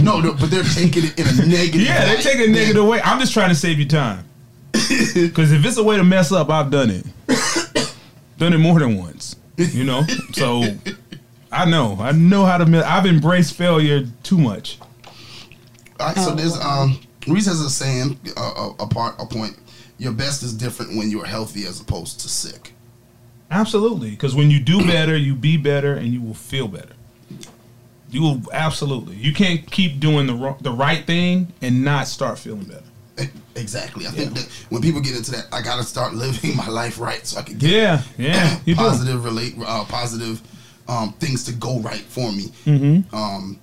Speaker 2: No, no, but they're taking it in a negative.
Speaker 5: Yeah, they
Speaker 2: light.
Speaker 5: take a negative way. I'm just trying to save you time. Because if it's a way to mess up, I've done it. done it more than once. You know? So I know. I know how to. Me- I've embraced failure too much.
Speaker 2: All right, so there's um Reese has a saying a, a, a part a point. Your best is different when you're healthy as opposed to sick.
Speaker 5: Absolutely. Because when you do better, you be better, and you will feel better. You will absolutely. You can't keep doing the wrong, the right thing and not start feeling better.
Speaker 2: Eh, Exactly. I think that when people get into that, I gotta start living my life right so I can get
Speaker 5: Yeah, yeah. You do.
Speaker 2: positive relate uh, positive um, things to go right for me.
Speaker 5: Mm-hmm.
Speaker 2: Um,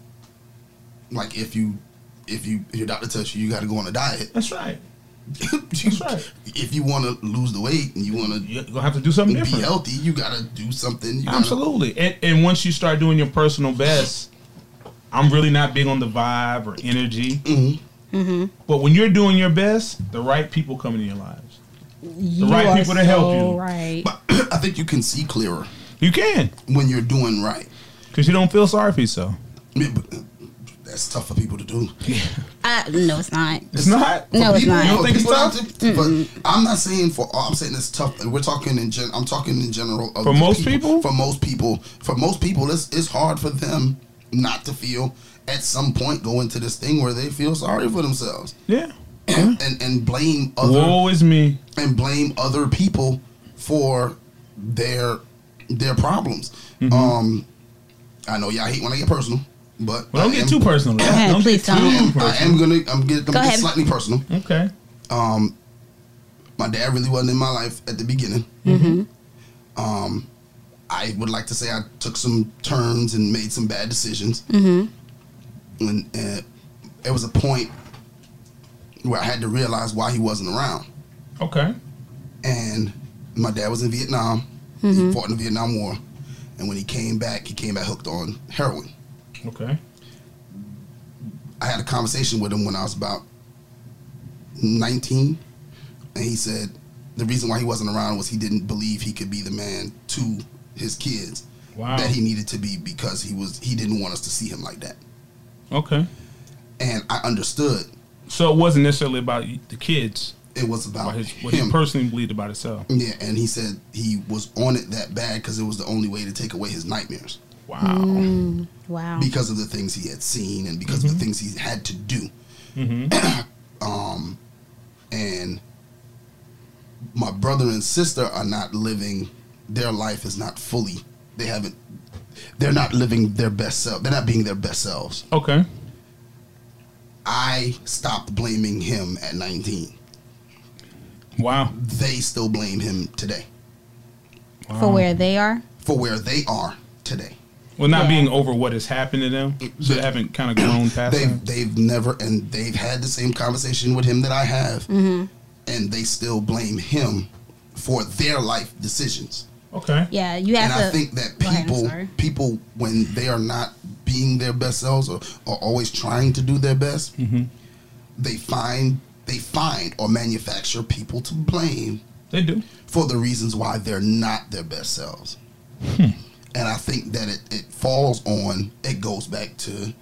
Speaker 2: like if you if you if your doctor tells you you got to go on a diet,
Speaker 5: That's right.
Speaker 2: that's
Speaker 5: right.
Speaker 2: If you want to lose the weight and you want to
Speaker 5: You're gonna have to do something
Speaker 2: be
Speaker 5: different.
Speaker 2: healthy, you got to do something. You gotta-
Speaker 5: Absolutely. And, and once you start doing your personal best, I'm really not big on the vibe or energy.
Speaker 2: Mm-hmm.
Speaker 5: But when you're doing your best, the right people come into your lives.
Speaker 4: The
Speaker 5: right people to help you.
Speaker 4: Right.
Speaker 2: I think you can see clearer
Speaker 5: You can,
Speaker 2: when you're doing right.
Speaker 5: because you don't feel sorry for yourself.
Speaker 2: I mean, but, uh, That's tough for people to do.
Speaker 4: I, Uh, no, it's not.
Speaker 5: It's not.
Speaker 4: No, it's
Speaker 2: people-
Speaker 4: not.
Speaker 5: You don't think it's
Speaker 2: people out
Speaker 5: tough?
Speaker 2: there- But I'm not saying for all. I'm saying it's tough. And we're talking in gen. I'm talking in general. Of
Speaker 5: For
Speaker 2: the
Speaker 5: most people?
Speaker 2: For most people. For most people, it's it's hard for them not to feel at some point go into this thing where they feel sorry for themselves
Speaker 5: Yeah.
Speaker 2: and and blame other
Speaker 5: Woe is me.
Speaker 2: and blame other people for their their problems.
Speaker 5: Mm-hmm.
Speaker 2: Um, I know y'all hate when I get personal, but
Speaker 5: Well, don't
Speaker 2: I
Speaker 5: get
Speaker 2: am-
Speaker 5: too personal.
Speaker 4: ahead,
Speaker 5: don't
Speaker 4: please
Speaker 5: get
Speaker 4: don't.
Speaker 5: too
Speaker 2: I
Speaker 5: personal.
Speaker 2: am gonna. I'm get, I'm gonna get
Speaker 4: ahead.
Speaker 2: slightly personal.
Speaker 5: Okay.
Speaker 2: my dad really wasn't in my life at the beginning. Um, I would like to say I took some turns and made some bad decisions. Mm-hmm. And, and it was a point where I had to realize why he wasn't around.
Speaker 5: Okay.
Speaker 2: And my dad was in Vietnam. He fought in the Vietnam War. And when he came back, he came back hooked on heroin.
Speaker 5: Okay.
Speaker 2: I had a conversation with him when I was about 19, and he said the reason why he wasn't around was he didn't believe he could be the man to his kids
Speaker 5: Wow.
Speaker 2: that he needed to be because he was he didn't want us to see him like that.
Speaker 5: Okay.
Speaker 2: And I understood
Speaker 5: So it wasn't necessarily about the kids,
Speaker 2: it was about
Speaker 5: about his, what
Speaker 2: Oh, him.
Speaker 5: he personally believed about himself.
Speaker 2: yeah, and he said he was on it that bad because it was the only way to take away his nightmares
Speaker 5: Wow. Mm.
Speaker 4: Wow.
Speaker 2: because of the things he had seen and because of the things he had to do. um, and my brother and sister are not living their life is not fully they haven't they're not living their best self they're not being their best selves
Speaker 5: Okay.
Speaker 2: i stopped blaming him at 19
Speaker 5: Wow.
Speaker 2: they still blame him today
Speaker 4: For where they are.
Speaker 2: for where they are today
Speaker 5: Well, not
Speaker 4: Yeah.
Speaker 5: being over what has happened to them, so they haven't kind of grown past
Speaker 2: they've
Speaker 5: that.
Speaker 2: they've never and they've had the same conversation with him that i have
Speaker 4: Mm-hmm.
Speaker 2: and they still blame him for their life decisions
Speaker 5: Okay.
Speaker 4: Yeah, you have
Speaker 2: and
Speaker 4: to.
Speaker 2: I think that
Speaker 4: Go ahead, I'm
Speaker 2: people
Speaker 4: sorry.
Speaker 2: people when they are not being their best selves or, or always trying to do their best,
Speaker 4: Mm-hmm.
Speaker 2: they find they find or manufacture people to blame
Speaker 5: They do.
Speaker 2: for the reasons why they're not their best selves.
Speaker 5: Hmm.
Speaker 2: And I think that it, it falls on it goes back to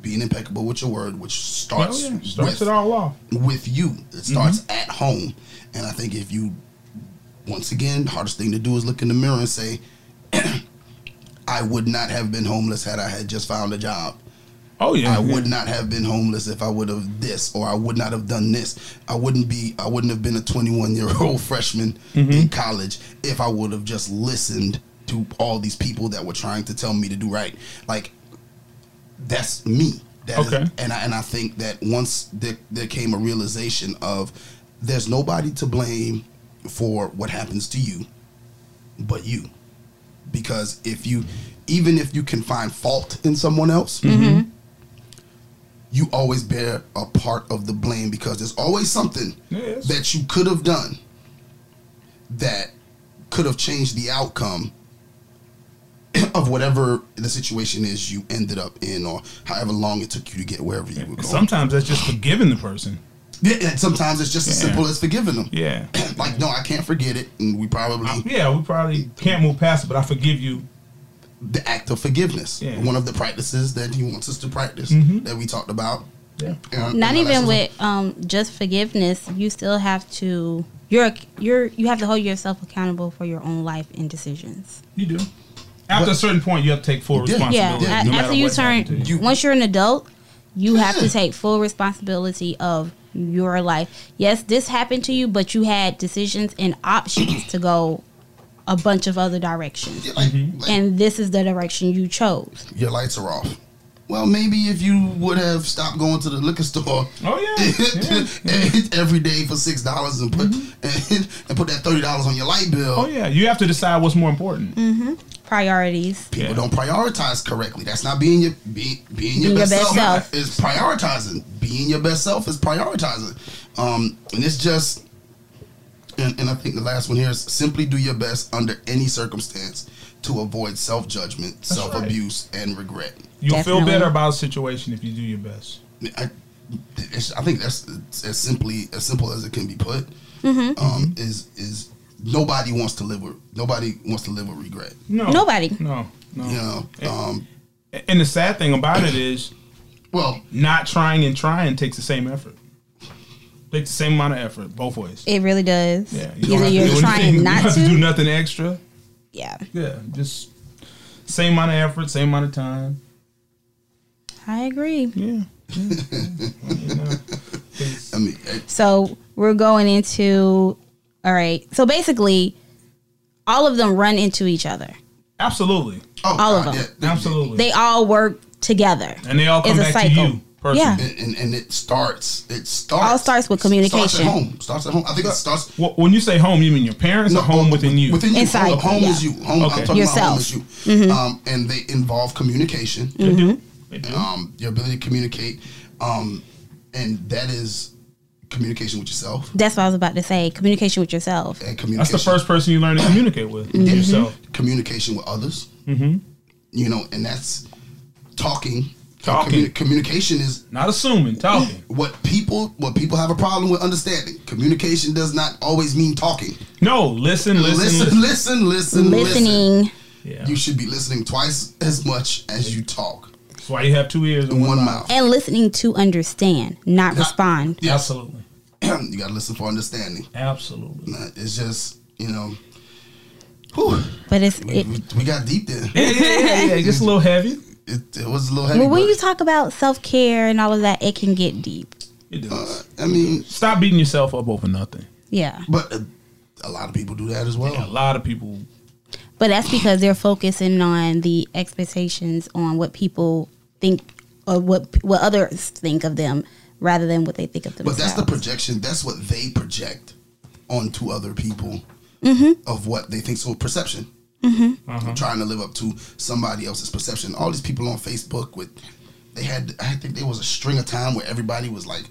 Speaker 2: being impeccable with your word, which
Speaker 5: Oh,
Speaker 2: starts
Speaker 5: yeah. Starts
Speaker 2: with
Speaker 5: it all Mm-hmm. off.
Speaker 2: with you. It starts at home. And I think if you, once again, the hardest thing to do is look in the mirror and say, I would not have been homeless had I had just found a job.
Speaker 5: Oh yeah.
Speaker 2: I
Speaker 5: yeah.
Speaker 2: would not have been homeless if I would have this, or I would not have done this. I wouldn't be. I wouldn't have been a 21 year old freshman
Speaker 5: Mm-hmm.
Speaker 2: in college if I would have just listened to all these people that were trying to tell me to do right. Like that's me. That is-
Speaker 5: Okay.
Speaker 2: and I and I think that once there, there came a realization of there's nobody to blame for what happens to you, but you because if you even if you can find fault in someone else you always bear a part of the blame because there's always something
Speaker 5: Yes.
Speaker 2: that you could have done that could have changed the outcome of whatever the situation is you ended up in, or however long it took you to get wherever you were
Speaker 5: And
Speaker 2: going.
Speaker 5: Sometimes that's just forgiving the person.
Speaker 2: Yeah, and sometimes it's just as
Speaker 5: Yeah.
Speaker 2: simple as forgiving them.
Speaker 5: Yeah.
Speaker 2: like, no, I can't forget it, and we probably
Speaker 5: I- yeah, we probably can't move past it, but I forgive you.
Speaker 2: the act of forgiveness,
Speaker 5: Yeah. Mm-hmm.
Speaker 2: one of the practices that he wants us to practice that we talked about.
Speaker 5: Yeah.
Speaker 2: And-
Speaker 4: Not
Speaker 2: and
Speaker 4: even
Speaker 2: that's-
Speaker 4: with um, just forgiveness. You still have to. You're you're you have to hold yourself accountable for your own life and decisions.
Speaker 5: You do. After a certain point, you have to take full
Speaker 2: Yeah.
Speaker 4: Yeah.
Speaker 5: responsibility.
Speaker 4: a-
Speaker 5: no matter
Speaker 4: after you
Speaker 5: what's happened
Speaker 4: turn,
Speaker 5: to you.
Speaker 2: you.
Speaker 4: once you're an adult, you have
Speaker 2: Yeah.
Speaker 4: to take full responsibility of your life. Yes, this happened to you, but you had decisions and options to go a bunch of other directions,
Speaker 2: Yeah, like,
Speaker 5: Mm-hmm.
Speaker 2: like,
Speaker 4: and this is the direction you chose.
Speaker 2: your lights are off. Well, maybe if you would have stopped going to the liquor store
Speaker 5: Oh yeah. Mm-hmm. yeah.
Speaker 2: every day for six dollars and put and, and put that thirty dollars on your light bill,
Speaker 5: Mm-hmm. Oh yeah. You have to decide what's more important.
Speaker 4: Mm, Priorities.
Speaker 2: people
Speaker 5: Yeah.
Speaker 2: don't prioritize correctly. That's not being your be, being your,
Speaker 4: Being
Speaker 2: best, self, is prioritizing. Being your best self is prioritizing, um, and it's just. And, and I think the last one here is simply do your best under any circumstance to avoid self judgment,
Speaker 5: right.
Speaker 2: self abuse, and regret.
Speaker 5: You'll feel
Speaker 4: Definitely.
Speaker 5: better about a situation if you do your best.
Speaker 2: I, it's, I think that's it's as simply as simple as it can be put. Um, is is nobody wants to live with nobody wants to live with regret.
Speaker 5: No.
Speaker 4: Nobody.
Speaker 5: No. No.
Speaker 2: You know, um,
Speaker 5: And the sad thing about it is,
Speaker 2: well,
Speaker 5: not trying and trying takes the same effort. Takes the same amount of effort both ways.
Speaker 4: It really does.
Speaker 5: Yeah. you don't
Speaker 4: Either
Speaker 5: have to
Speaker 4: you're
Speaker 5: do anything.
Speaker 4: trying
Speaker 5: You don't
Speaker 4: not
Speaker 5: have to do
Speaker 4: to.
Speaker 5: nothing extra.
Speaker 4: Yeah.
Speaker 5: Yeah. Just same amount of effort, same amount of time.
Speaker 4: I agree.
Speaker 5: Yeah. Yeah. You know, 'cause-
Speaker 2: I mean, it-
Speaker 4: So we're going into all right. So basically, all of them run into each other.
Speaker 5: Absolutely.
Speaker 2: oh,
Speaker 4: All of
Speaker 2: God,
Speaker 4: them.
Speaker 2: yeah, they-
Speaker 5: Absolutely.
Speaker 4: They all work together.
Speaker 5: and they all come
Speaker 4: It's a
Speaker 5: back
Speaker 4: cycle.
Speaker 5: to you personally.
Speaker 4: Yeah.
Speaker 2: and, and, and it starts. It starts.
Speaker 4: All starts with
Speaker 2: Starts at
Speaker 4: communication.
Speaker 2: home. Starts at home. I think it starts.
Speaker 5: Wh- When you say home, you mean your parents or home within you?
Speaker 2: Within you.
Speaker 4: Inside,
Speaker 2: Home, home is you.
Speaker 4: yeah.
Speaker 2: Home, I'm
Speaker 5: Okay.
Speaker 2: talking about home
Speaker 4: Yourself. Mm-hmm.
Speaker 2: is you. Um, and they involve communication.
Speaker 5: They do. They do.
Speaker 2: Um, your ability to communicate, um, and that is communication with yourself
Speaker 4: That's what I was about to say. Communication with yourself.
Speaker 2: and communication.
Speaker 5: That's the first person you learn to communicate with
Speaker 4: Mm-hmm.
Speaker 5: yourself.
Speaker 2: communication with others. Mm-hmm. You know, and that's talking.
Speaker 5: Talking.
Speaker 2: communication is
Speaker 5: Not assuming, talking.
Speaker 2: what people what people have a problem with understanding. Communication does not always mean talking.
Speaker 5: No, listen, listen,
Speaker 2: Listen,
Speaker 5: listen.
Speaker 2: listen, listen, listen.
Speaker 4: Listening.
Speaker 5: Yeah.
Speaker 2: You should be listening twice as much as you talk.
Speaker 5: That's why you have two ears and
Speaker 2: In
Speaker 5: one.
Speaker 2: one mouth.
Speaker 4: And listening to understand, not respond.
Speaker 2: Yes.
Speaker 5: Absolutely.
Speaker 2: you gotta listen for understanding.
Speaker 5: Absolutely.
Speaker 2: Uh, It's just, you know, whew,
Speaker 4: But it's
Speaker 2: we,
Speaker 4: it,
Speaker 2: we, we got deep there.
Speaker 5: yeah, yeah, yeah, yeah. It gets a little heavy.
Speaker 2: It, it was a little heavy.
Speaker 4: well, when
Speaker 2: but,
Speaker 4: you talk about self care and all of that, it can get deep.
Speaker 5: It does.
Speaker 2: uh, I mean,
Speaker 5: Stop beating yourself up over nothing.
Speaker 4: Yeah.
Speaker 2: but uh, a lot of people do that as well.
Speaker 5: A lot of people.
Speaker 4: But that's because they're focusing on the expectations on what people think or what what others think of them rather than what they think of
Speaker 2: But that's
Speaker 4: themselves.
Speaker 2: the projection. That's what they project onto other people
Speaker 4: Mm-hmm.
Speaker 2: of what they think. So perception. Trying to live up to somebody else's perception. All these people on Facebook with they had. I think there was a string of time where everybody was like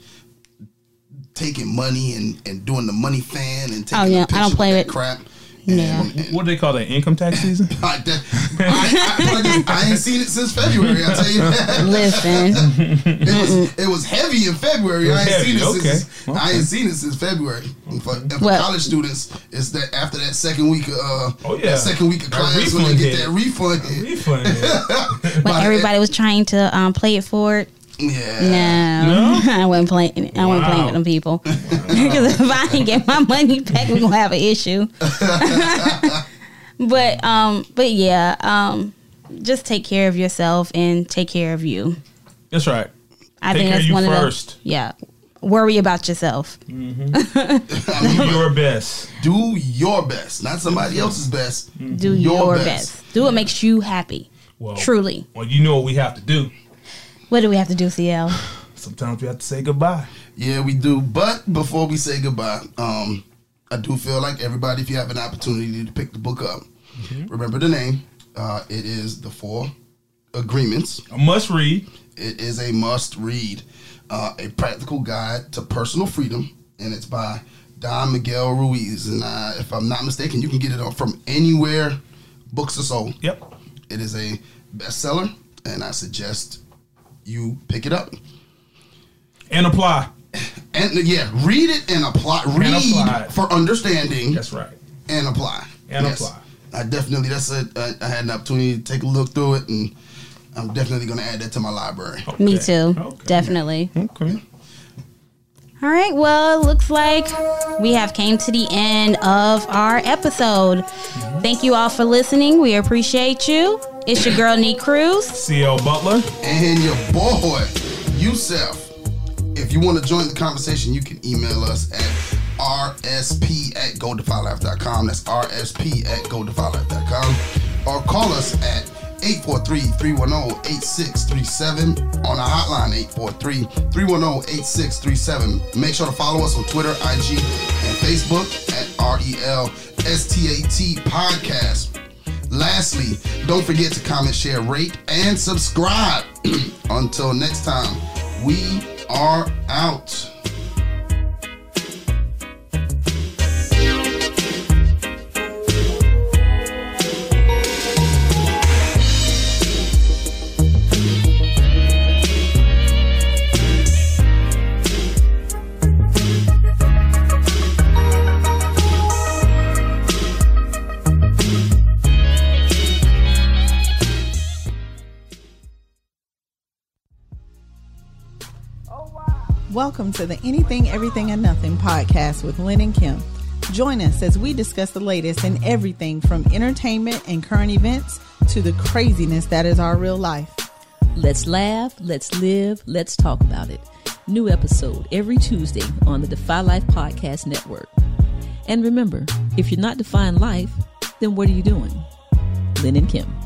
Speaker 2: taking money and and doing the money fan and taking.
Speaker 4: Oh, yeah.
Speaker 2: a picture
Speaker 4: I don't play
Speaker 2: with that
Speaker 4: with-
Speaker 2: crap.
Speaker 4: Yeah.
Speaker 2: And, and
Speaker 5: What do they call that? Income tax season.
Speaker 2: I, that, I, I, like this, I ain't seen it since February. I tell you that.
Speaker 4: Listen,
Speaker 2: It was, it was heavy in February. I ain't
Speaker 5: heavy,
Speaker 2: seen it since
Speaker 5: okay,
Speaker 2: I ain't seen it since February. And for, and for
Speaker 4: Well-
Speaker 2: college students, it's that after that second week of uh,
Speaker 5: Oh, yeah.
Speaker 2: that second week of
Speaker 5: That
Speaker 2: class when they get
Speaker 5: refund
Speaker 2: that refund.
Speaker 5: Refund. yeah.
Speaker 4: when
Speaker 2: But-
Speaker 4: everybody was trying to um, play it forward,
Speaker 2: yeah,
Speaker 4: no, I wasn't playing. I wasn't playing with them people because if I didn't get my money back, we gonna have an issue. but um, but yeah, um, just take care of yourself and take care of you.
Speaker 5: That's right.
Speaker 4: I
Speaker 5: Take
Speaker 4: think
Speaker 5: care of
Speaker 4: that's
Speaker 5: you
Speaker 4: one
Speaker 5: first. Mm-hmm.
Speaker 4: of the yeah. Worry about yourself.
Speaker 5: Do your best.
Speaker 2: do your best, not somebody
Speaker 5: Mm-hmm.
Speaker 2: else's best.
Speaker 4: Do your, best. Do what makes you happy.
Speaker 5: Well,
Speaker 4: Truly.
Speaker 5: Well, you know what we have to do.
Speaker 4: What do we have to do, CL?
Speaker 5: Sometimes we have to say goodbye.
Speaker 2: Yeah, we do. But before we say goodbye, um, I do feel like everybody, if you have an opportunity to pick the book up,
Speaker 5: Mm-hmm.
Speaker 2: remember the name. Uh, it is the Four Agreements.
Speaker 5: A must read.
Speaker 2: It is a must read, uh, a practical guide to personal freedom, and it's by Don Miguel Ruiz, and uh, if I'm not mistaken, you can get it on- from anywhere books are sold.
Speaker 5: Yep.
Speaker 2: It is a bestseller, and I suggest you pick it up.
Speaker 5: And apply.
Speaker 2: And yeah, read it and apply. Read
Speaker 5: apply.
Speaker 2: for understanding
Speaker 5: That's right.
Speaker 2: and apply.
Speaker 5: And apply.
Speaker 2: I definitely. That's it. I, I had an opportunity to take a look through it, and I'm definitely going to add that to my library.
Speaker 4: Me
Speaker 5: Okay.
Speaker 4: too.
Speaker 5: Okay.
Speaker 4: Definitely.
Speaker 5: Okay.
Speaker 4: All right. Well, looks like we have came to the end of our episode. Thank you all for listening. We appreciate you. It's your girl Nee Cruz.
Speaker 5: CL Butler.
Speaker 2: And your boy, Yusef. If you want to join the conversation, you can email us at rsp at goldefylife.com. That's rsp at goldefylife.com. Or call us at 843-310-8637 on our hotline, 843-310-8637. Make sure to follow us on Twitter, IG, and Facebook at E R-E-L-S-T-A-T podcast. Lastly, don't forget to comment, share, rate, and subscribe. Until next time, we are out.
Speaker 7: Welcome to the Anything, Everything, and Nothing podcast with Lynn and Kim. Join us as we discuss the latest in everything from entertainment and current events to the craziness that is our real life.
Speaker 8: Let's laugh, let's live, let's talk about it. New episode every Tuesday on the Defy Life Podcast Network. And remember, if you're not defying life, then what are you doing? Lynn and Kim.